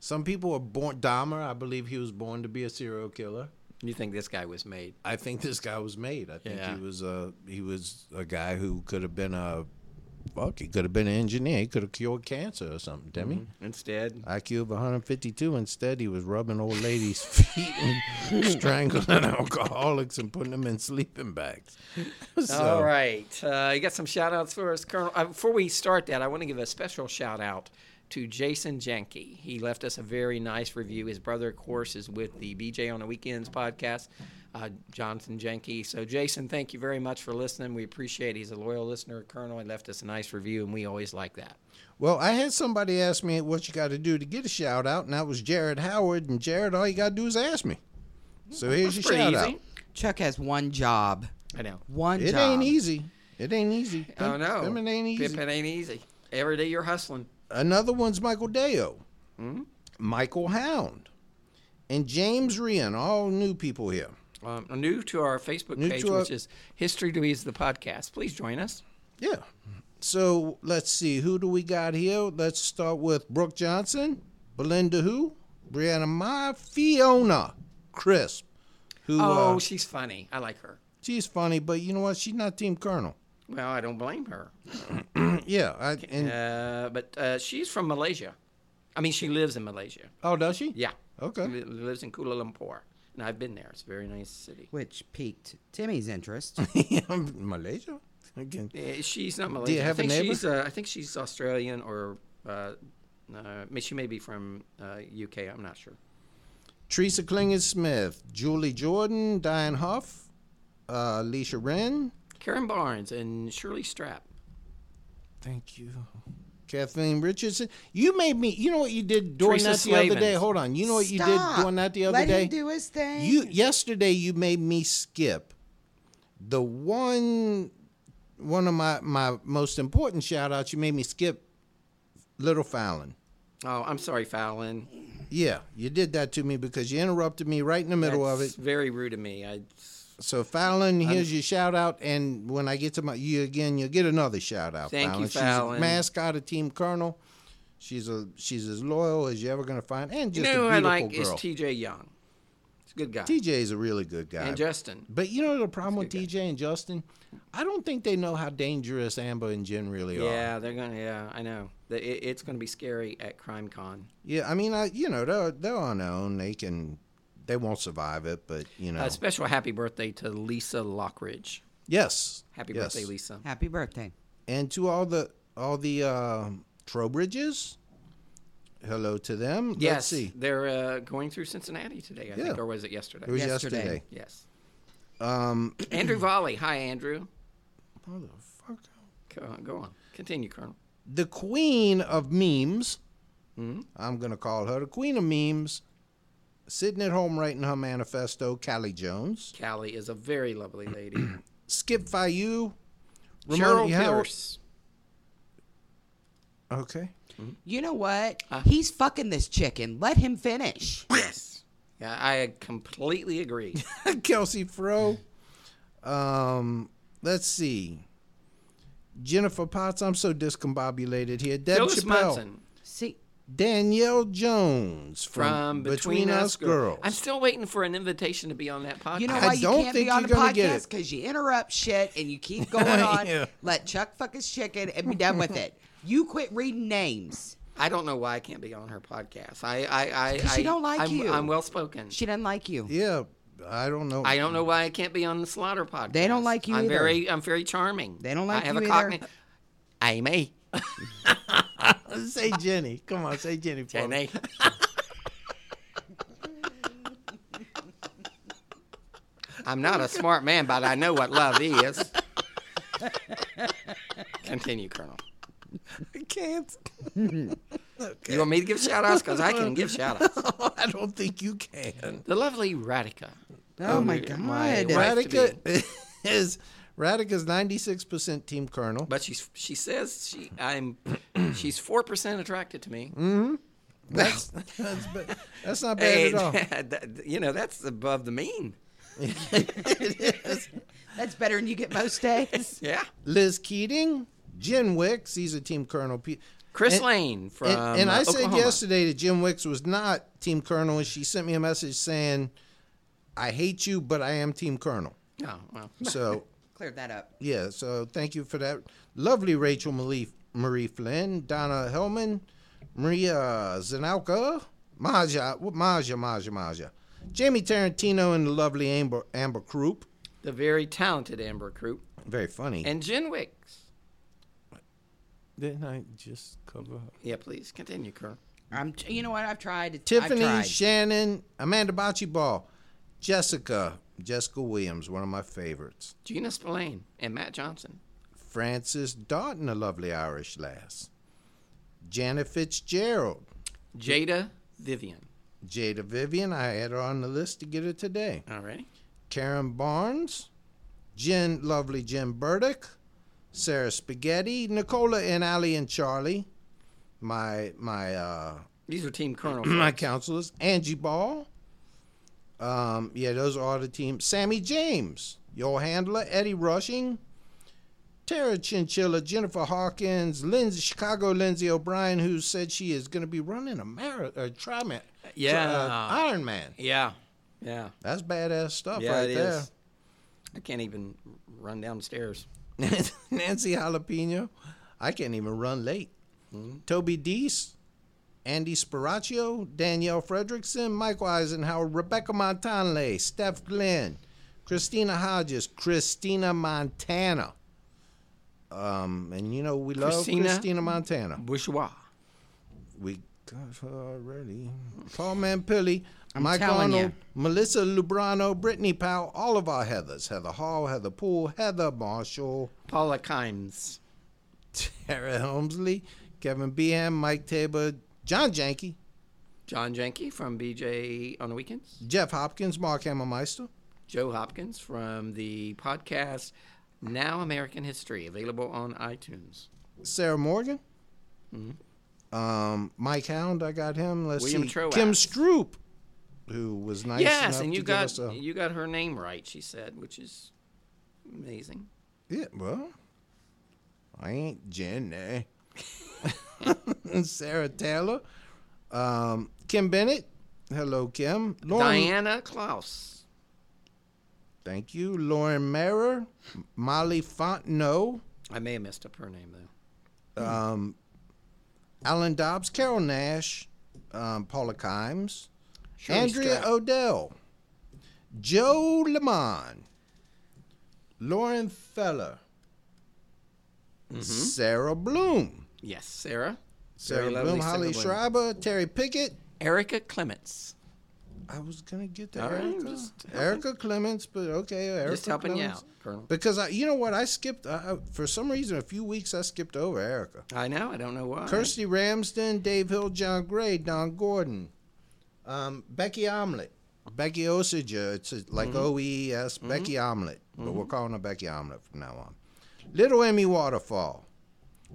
Some people are born. Dahmer, I believe he was born to be a serial killer. You think this guy was made? I think this guy was made. I think Yeah. he was a he was a guy who could have been a fuck. He could have been an engineer. He could have cured cancer or something. Didn't Mm-hmm. he? Instead, IQ of 152. Instead, he was rubbing old ladies' feet and strangling alcoholics and putting them in sleeping bags. So, All right. Uh, you got some shout outs for us, Colonel. Uh, before we start that, I want to give a special shout out to Jason Jenke. He left us a very nice review. His brother, of course, is with the BJ on the Weekends podcast, uh, Jonathan Jenke. So, Jason, thank you very much for listening. We appreciate it. He's a loyal listener, Colonel. He left us a nice review, and we always like that. Well, I had somebody ask me what you got to do to get a shout out, and that was Jared Howard. And Jared, all you got to do is ask me. So here's your Pretty shout easy. out. Chuck has one job. I know. One It job. ain't easy. It ain't easy. Oh, no. Them it ain't easy. Pimpin' ain't easy. Every day you're hustling. Another one's Michael Deo, Hmm? Michael Hound, and James Rian, all new people here. Um, new to our Facebook New page, to our- which is History to Ease the Podcast. Please join us. Yeah. So let's see. Who do we got here? Let's start with Brooke Johnson, Belinda Who, Brianna Ma, Fiona Crisp, who Oh, uh, she's funny. I like her. she's funny, but you know what? She's not Team Colonel. Well, I don't blame her. Yeah. I, and, Uh, but uh, she's from Malaysia. I mean, she lives in Malaysia. oh, does she? Yeah. Okay. She li- lives in Kuala Lumpur. And I've been there. It's a very nice city. Which piqued Timmy's interest. Malaysia? Again. Uh, She's not Malaysian. you have I think a neighbor? she's. Uh, I think she's Australian or. Uh, uh, I mean, she may be from uh, UK. I'm not sure. Teresa Klinger Smith, Julie Jordan, Diane Huff, uh, Alicia Wren. Karen Barnes and Shirley Strap. Thank you. Kathleen Richardson. You made me you know what you did during Teresa that the Slavin. other day? Hold on. You know what you Stop. did during that the other Let day? him do his thing. You yesterday you made me skip the one one of my, my most important shout outs, you made me skip Little Fallon. Oh, I'm sorry, Fallon. Yeah, you did that to me because you interrupted me right in the middle of it. That's very rude of me. I. So Fallon, here's your shout out, and when I get to my you again, you'll get another shout out. Thank you, She's Fallon. a mascot of Team Colonel. She's a she's as loyal as you're ever gonna find, and You just know who a I beautiful like is girl. T.J. Young. He's a good guy. TJ is a really good guy. and Justin. but you know the problem with TJ and Justin, I don't think they know how dangerous Amber and Jen really are. Yeah, they're gonna. Yeah, I know. The- It, it's gonna be scary at Crime Con. Yeah, I mean, I you know they're they're on their own. They can they won't survive it, but you know. A special happy birthday to Lisa Lockridge. yes. Happy yes. birthday, Lisa. Happy birthday. and to all the all the um Trowbridges, hello to them. Let's Yes, see. they're uh, going through Cincinnati today, I Yeah. think, or was it yesterday? It was Yesterday. yesterday. Yes. Um, Andrew Volley. Hi, Andrew. Go on. Go on. Continue, Colonel. the queen of memes. Hmm? I'm going to call her the queen of memes. Sitting at home writing her manifesto, Callie Jones. Callie is a very lovely lady. Skip Fayu. Cheryl E. Howard- Pierce. Okay. You know what? Uh. He's fucking this chicken. Let him finish. Yes. Yeah, I completely agree. Kelsey Fro. Um, let's see. Jennifer Potts. I'm so discombobulated here. Deb Phyllis Chappelle. Munson See, Danielle Jones from from, Between, Us Girls. I'm still waiting for an invitation to be on that podcast. you know I why you don't can't think be on you're the gonna get podcast it. because you interrupt shit and you keep going on. Yeah. Let Chuck fuck his chicken and be done with it. You quit reading names. I don't know why I can't be on her podcast. I, I, I, 'Cause she I- don't like I'm, you. I'm well spoken. She doesn't like you. yeah, I don't know. I don't know why I can't be on the Slaughter podcast. They don't like you I'm either. very, I'm very charming. They don't like I have you a either. cockney. Amy, say Jenny. Come on, say Jenny. for me. Jenny. I'm not a smart man, but I know what love is. Continue, Colonel. I can't. You want me to give shout outs? Because I can give shout outs. I don't think you can. The lovely Radica. Oh, my yeah, god. my wife. Nice to Radica is Radica's 96% team colonel. But she's she says she I'm she's four percent attracted to me. Mm-hmm. Mm, That's That's, ba- that's not bad at all. you know that's above the mean. That's better than you get most days. Yeah. Liz Keating, Jen Wicks, he's a team colonel. Pe- Chris And- Lane from and, and I uh, said Oklahoma. yesterday that Jim Wicks was not team colonel, and she sent me a message saying, I hate you, but I am team colonel. Oh, well. So, Cleared that up. yeah, so thank you for that. Lovely Rachel Marie, Marie Flynn, Donna Hellman, Maria Zanalka, Maja, Maja, Maja, Maja, Jamie Tarantino, and the lovely Amber, Amber Croup. the very talented Amber Croup Very funny. and Jen Wicks. Didn't I just cover her? Yeah, please continue, Colonel. I'm. T- you know what? I've tried. I've Tiffany, tried. Shannon, Amanda Bocce Ball, Jessica, Jessica Williams, one of my favorites. Gina Spillane and Matt Johnson. Frances Darton, a lovely Irish lass. Janet Fitzgerald, Jada Vivian. Jada Vivian, I had her on the list to get her today. Alrighty. Karen Barnes, Jen, lovely Jen Burdick, Sarah Spaghetti, Nicola and Ali and Charlie, my my uh, These are Team Colonel. my folks. counselors, Angie Ball. Um, yeah, those are all the team. Sammy James, your handler, Eddie Rushing, Tara Chinchilla, Jennifer Hawkins, Lindsay Chicago, Lindsay O'Brien, who said she is going to be running a marathon, or tri man, Yeah. Iron Man. Yeah. Yeah. That's badass stuff Yeah, right it is. there. I can't even run downstairs. Nancy Jalapeno, I can't even run late. Toby Deese, Andy Spiraccio, Danielle Fredrickson, Michael Eisenhower, Rebecca Montanle, Steph Glenn, Christina Hodges, Christina Montana. Um, and you know we love Christina- Christina, Montana. Bourgeois. We got her already. Paul Mampilli, Mike telling Arnold, you. Melissa Lubrano, Brittany Powell, all of our Heathers, Heather Hall, Heather Poole, Heather Marshall. Paula Kimes. Tara Helmsley, Kevin Behan, Mike Tabor, John Janke, John Jenke from BJ on the Weekends. Jeff Hopkins, Mark Hammermeister, Joe Hopkins from the podcast Now American History, available on iTunes. Sarah Morgan, um, Mike Hound. I got him. Mm-hmm. Let's William see, Troas. Kim Stroop, who was nice yes, enough and to you give got us a you got her name right, she said, which is amazing. yeah. Well, I ain't Jenny. Sarah Taylor, um, Kim Bennett. Hello, Kim. Lauren, Diana Klaus. Thank you, Lauren Marer, Molly Fontenot. I may have messed up her name though. Alan Dobbs, Carol Nash, um, Paula Kimes, Shirley Andrea Strack. Odell, Joe Lemon, Lauren Mm-hmm. Feller, Sarah Bloom, Yes, Sarah. Very Sarah lovely Bloom, Holly single woman. Schreiber, Terry Pickett. Erica Clements. I was gonna get that. All right, Erica, just Erica Clements, but okay, Erica Just helping you Clements. out, Colonel. Because I, you know what, I skipped I, I- for some reason a few weeks. I skipped over Erica. I know. I don't know why. Kirsty Ramsden, Dave Hill, John Gray, Don Gordon, um, Becky Omelette, Becky Osiger. It's uh, like OES, Becky Omelette, but we're calling her Becky Omelette from now on. Little Emmy Waterfall,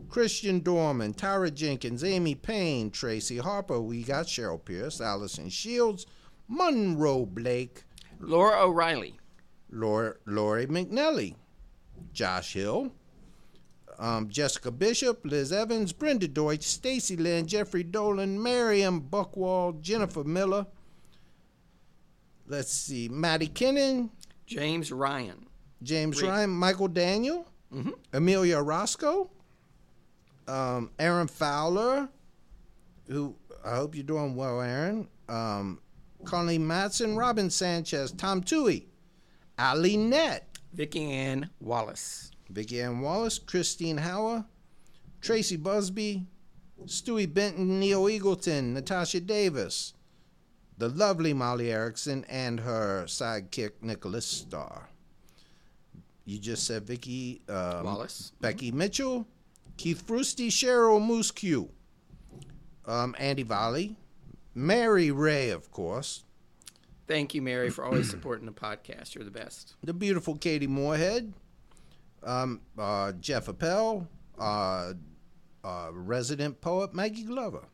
Christian Dorman, Tyra Jenkins, Amy Payne, Tracy Harper. We got Cheryl Pierce, Allison Shields, Monroe Blake, Laura O'Reilly. Lori, Lori McNelly, Josh Hill, um, Jessica Bishop, Liz Evans, Brenda Deutsch, Stacy Lynn, Jeffrey Dolan, Miriam Buckwall, Jennifer Miller. Let's see, Maddie Kennan, James Ryan. James Ryan, Michael Daniel, Amelia Roscoe, um, Aaron Fowler, who I hope you're doing well, Aaron. Um, Colleen Matson, Robin Sanchez, Tom Tui, Ali Nett, Vicki Ann Wallace. Vicki Ann Wallace, Christine Hauer, Tracy Busby, Stewie Benton, Neil Eagleton, Natasha Davis, the lovely Molly Erickson, and her sidekick Nicholas Starr. You just said Vicki um, Wallace. Becky Mitchell, Keith Frusty, Cheryl Moose Q, um, Andy Volley, Mary Ray, of course, Thank you, Mary, for always supporting the podcast. You're the best. the beautiful Katie Moorhead, um, uh, Jeff Appel, uh, uh, resident poet Maggie Glover.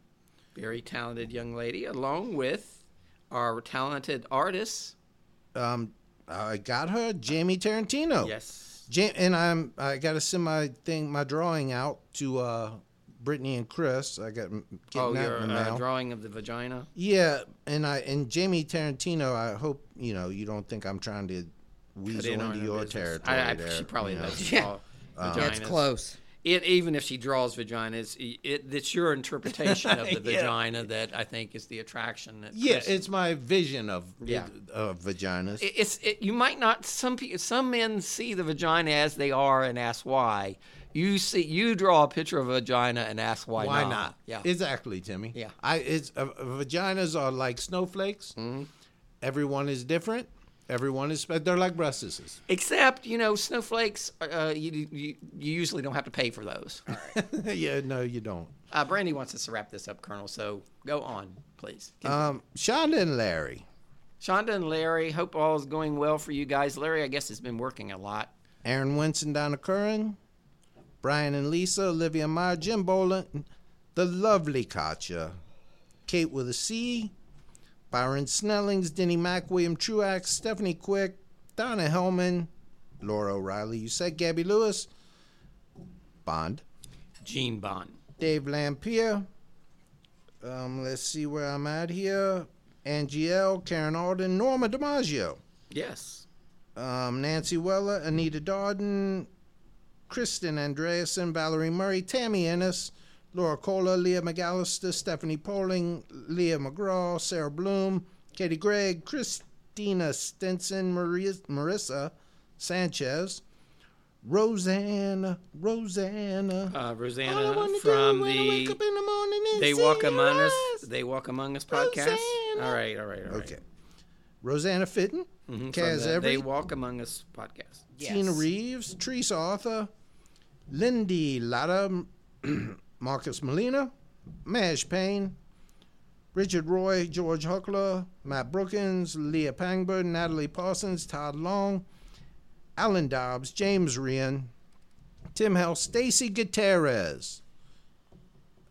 Very talented young lady, along with our talented artists. Um, I got her Jamie Tarantino. Yes. Ja- and I'm I got to send my thing, my drawing out to uh, Brittany and Chris. I got getting Oh, that your in the mail. uh, drawing of the vagina. Yeah, and I and Jamie Tarantino. I hope you know you don't think I'm trying to Put weasel in on into her your business. territory. I, I, there, she probably you know. does Yeah. draw vaginas. That's close. It, even if she draws vaginas, it, it, it's your interpretation of the vagina that I think is the attraction. That Yeah, Chris- it's my vision of Yeah. of vaginas. it- it's it, you might not some pe- some men see the vagina as they are and ask why. You see, you draw a picture of a vagina and ask why, Why not. not? Yeah. exactly, Timmy. Yeah. I it's uh, vaginas are like snowflakes. Mm-hmm. Everyone is different. Everyone is. spe- They're like breastises. Except you know, snowflakes. Uh, you, you you usually don't have to pay for those. yeah, no, you don't. Uh, Brandy wants us to wrap this up, Colonel. So go on, please. Um, Shonda and Larry Shonda and Larry, hope all is going well for you guys. Larry, I guess, has been working a lot. Aaron Winston, Donna Curran, Brian and Lisa, Olivia Meyer, Jim Boland, the lovely Katya, Kate with a C, Byron Snellings, Denny Mack, William Truax, Stephanie Quick, Donna Hellman, Laura O'Reilly, you said Gabby Lewis, Bond, Gene Bond. Dave Lampier. Um, let's see where I'm at here. Angie L, Karen Alden, Norma DiMaggio Yes. um, Nancy Weller, Anita Darden, Kristen Andreasen, Valerie Murray, Tammy Ennis, Laura Kohler, Leah McAllister, Stephanie Poling, Leah McGraw, Sarah Bloom, Katie Gregg, Christina Stinson, Maria, Marissa Sanchez, Roseanne, Rosanna. Uh, All I Rosanna wanna do from when I wake the up in the morning is They see Walk your Among Us. eyes. They Walk Among Us podcast. Rosanna. All right, all right, all right. Okay. Rosanna Fitton, Kaz Mm-hmm, The They Everett, Walk Among Us podcast. Tina Reeves, Teresa Arthur, Lindy Latta, Marcus Molina, Mash Payne, Richard Roy, George Huckler, Matt Brookins, Leah Pangburn, Natalie Parsons, Todd Long, Alan Dobbs, James Rian, Tim Hell, Stacy Gutierrez,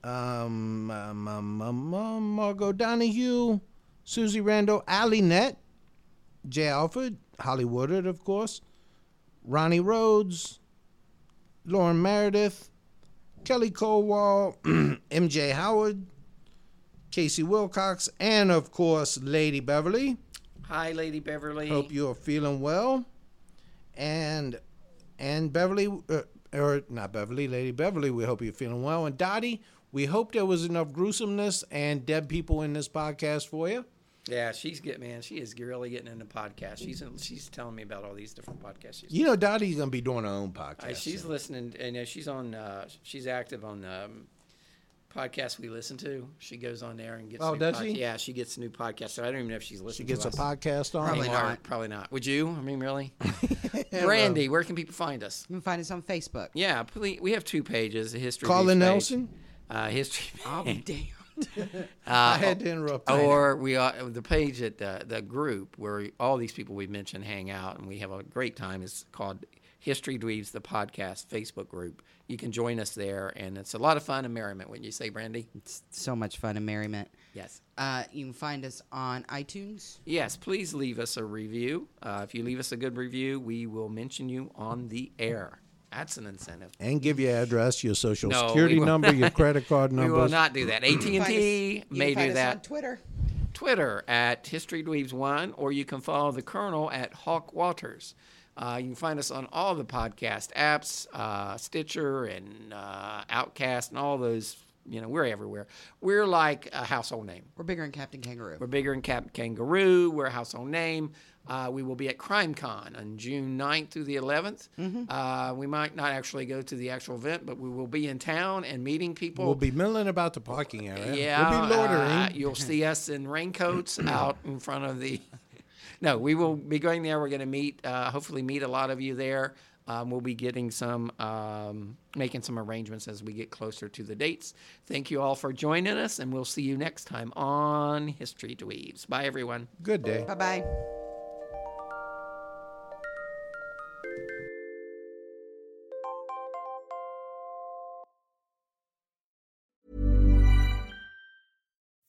um, um, um, um, um, Margot Donahue, Susie Randall, Allie Nett, Jay Alford, Holly Woodard, of course, Ronnie Rhodes, Lauren Meredith, Kelly Colwall, MJ Howard, Casey Wilcox, and of course, Lady Beverly. Hi, Lady Beverly. Hope you are feeling well. And and Beverly, uh, or not Beverly, Lady Beverly, we hope you're feeling well. And Dottie, we hope there was enough gruesomeness and dead people in this podcast for you. yeah, she's get man. She is really getting into podcasts. She's she's telling me about all these different podcasts. She's, You know, Dottie's going to be doing her own podcast. I- she's soon. listening, and uh, she's on. Uh, she's active on um, podcast we listen to. She goes on there and gets. Oh, new does pod- she? Yeah, she gets new podcasts. So I don't even know if she's She listening. gets to a us. podcast on. Probably anymore. not. Probably not. Would you? I mean, really? Randy, where can people find us? You can find us on Facebook. Yeah, please, we have two pages. The history. Colin Leaf page, Nelson? Uh, history. Oh, damn. I had to interrupt. that. Or we are the page at the, the group where all these people we've mentioned hang out and we have a great time. It's called History Dweebs the podcast Facebook group. You can join us there, and it's a lot of fun and merriment. Wouldn't you say, Brandy? It's so much fun and merriment. Yes. Uh, you can find us on iTunes. Yes. Please leave us a review. Uh, if you leave us a good review, we will mention you on the air. That's an incentive. and give your address, your social No, we security will- number, your credit card number. We will not do that. AT and Find us- you T can may find do us that. on Twitter. Twitter at History Dweebs One, or you can follow the Colonel at Hawk Waters. Uh, you can find us on all the podcast apps, uh, Stitcher and uh, Outcast, and all those. You know, we're everywhere. We're like a household name. We're bigger than Captain Kangaroo. We're bigger than Captain Kangaroo. We're a household name. Uh, we will be at CrimeCon on June 9th through the 11th. Mm-hmm. Uh, we might not actually go to the actual event, but we will be in town and meeting people. We'll be milling about the parking area. Yeah, We'll be loitering. uh, you'll see us in raincoats out in front of the. No, we will be going there. We're going to meet, uh, hopefully, meet a lot of you there. Um, we'll be getting some, um, making some arrangements as we get closer to the dates. Thank you all for joining us, and we'll see you next time on History Dweebs. Bye, everyone. Good day. Bye bye.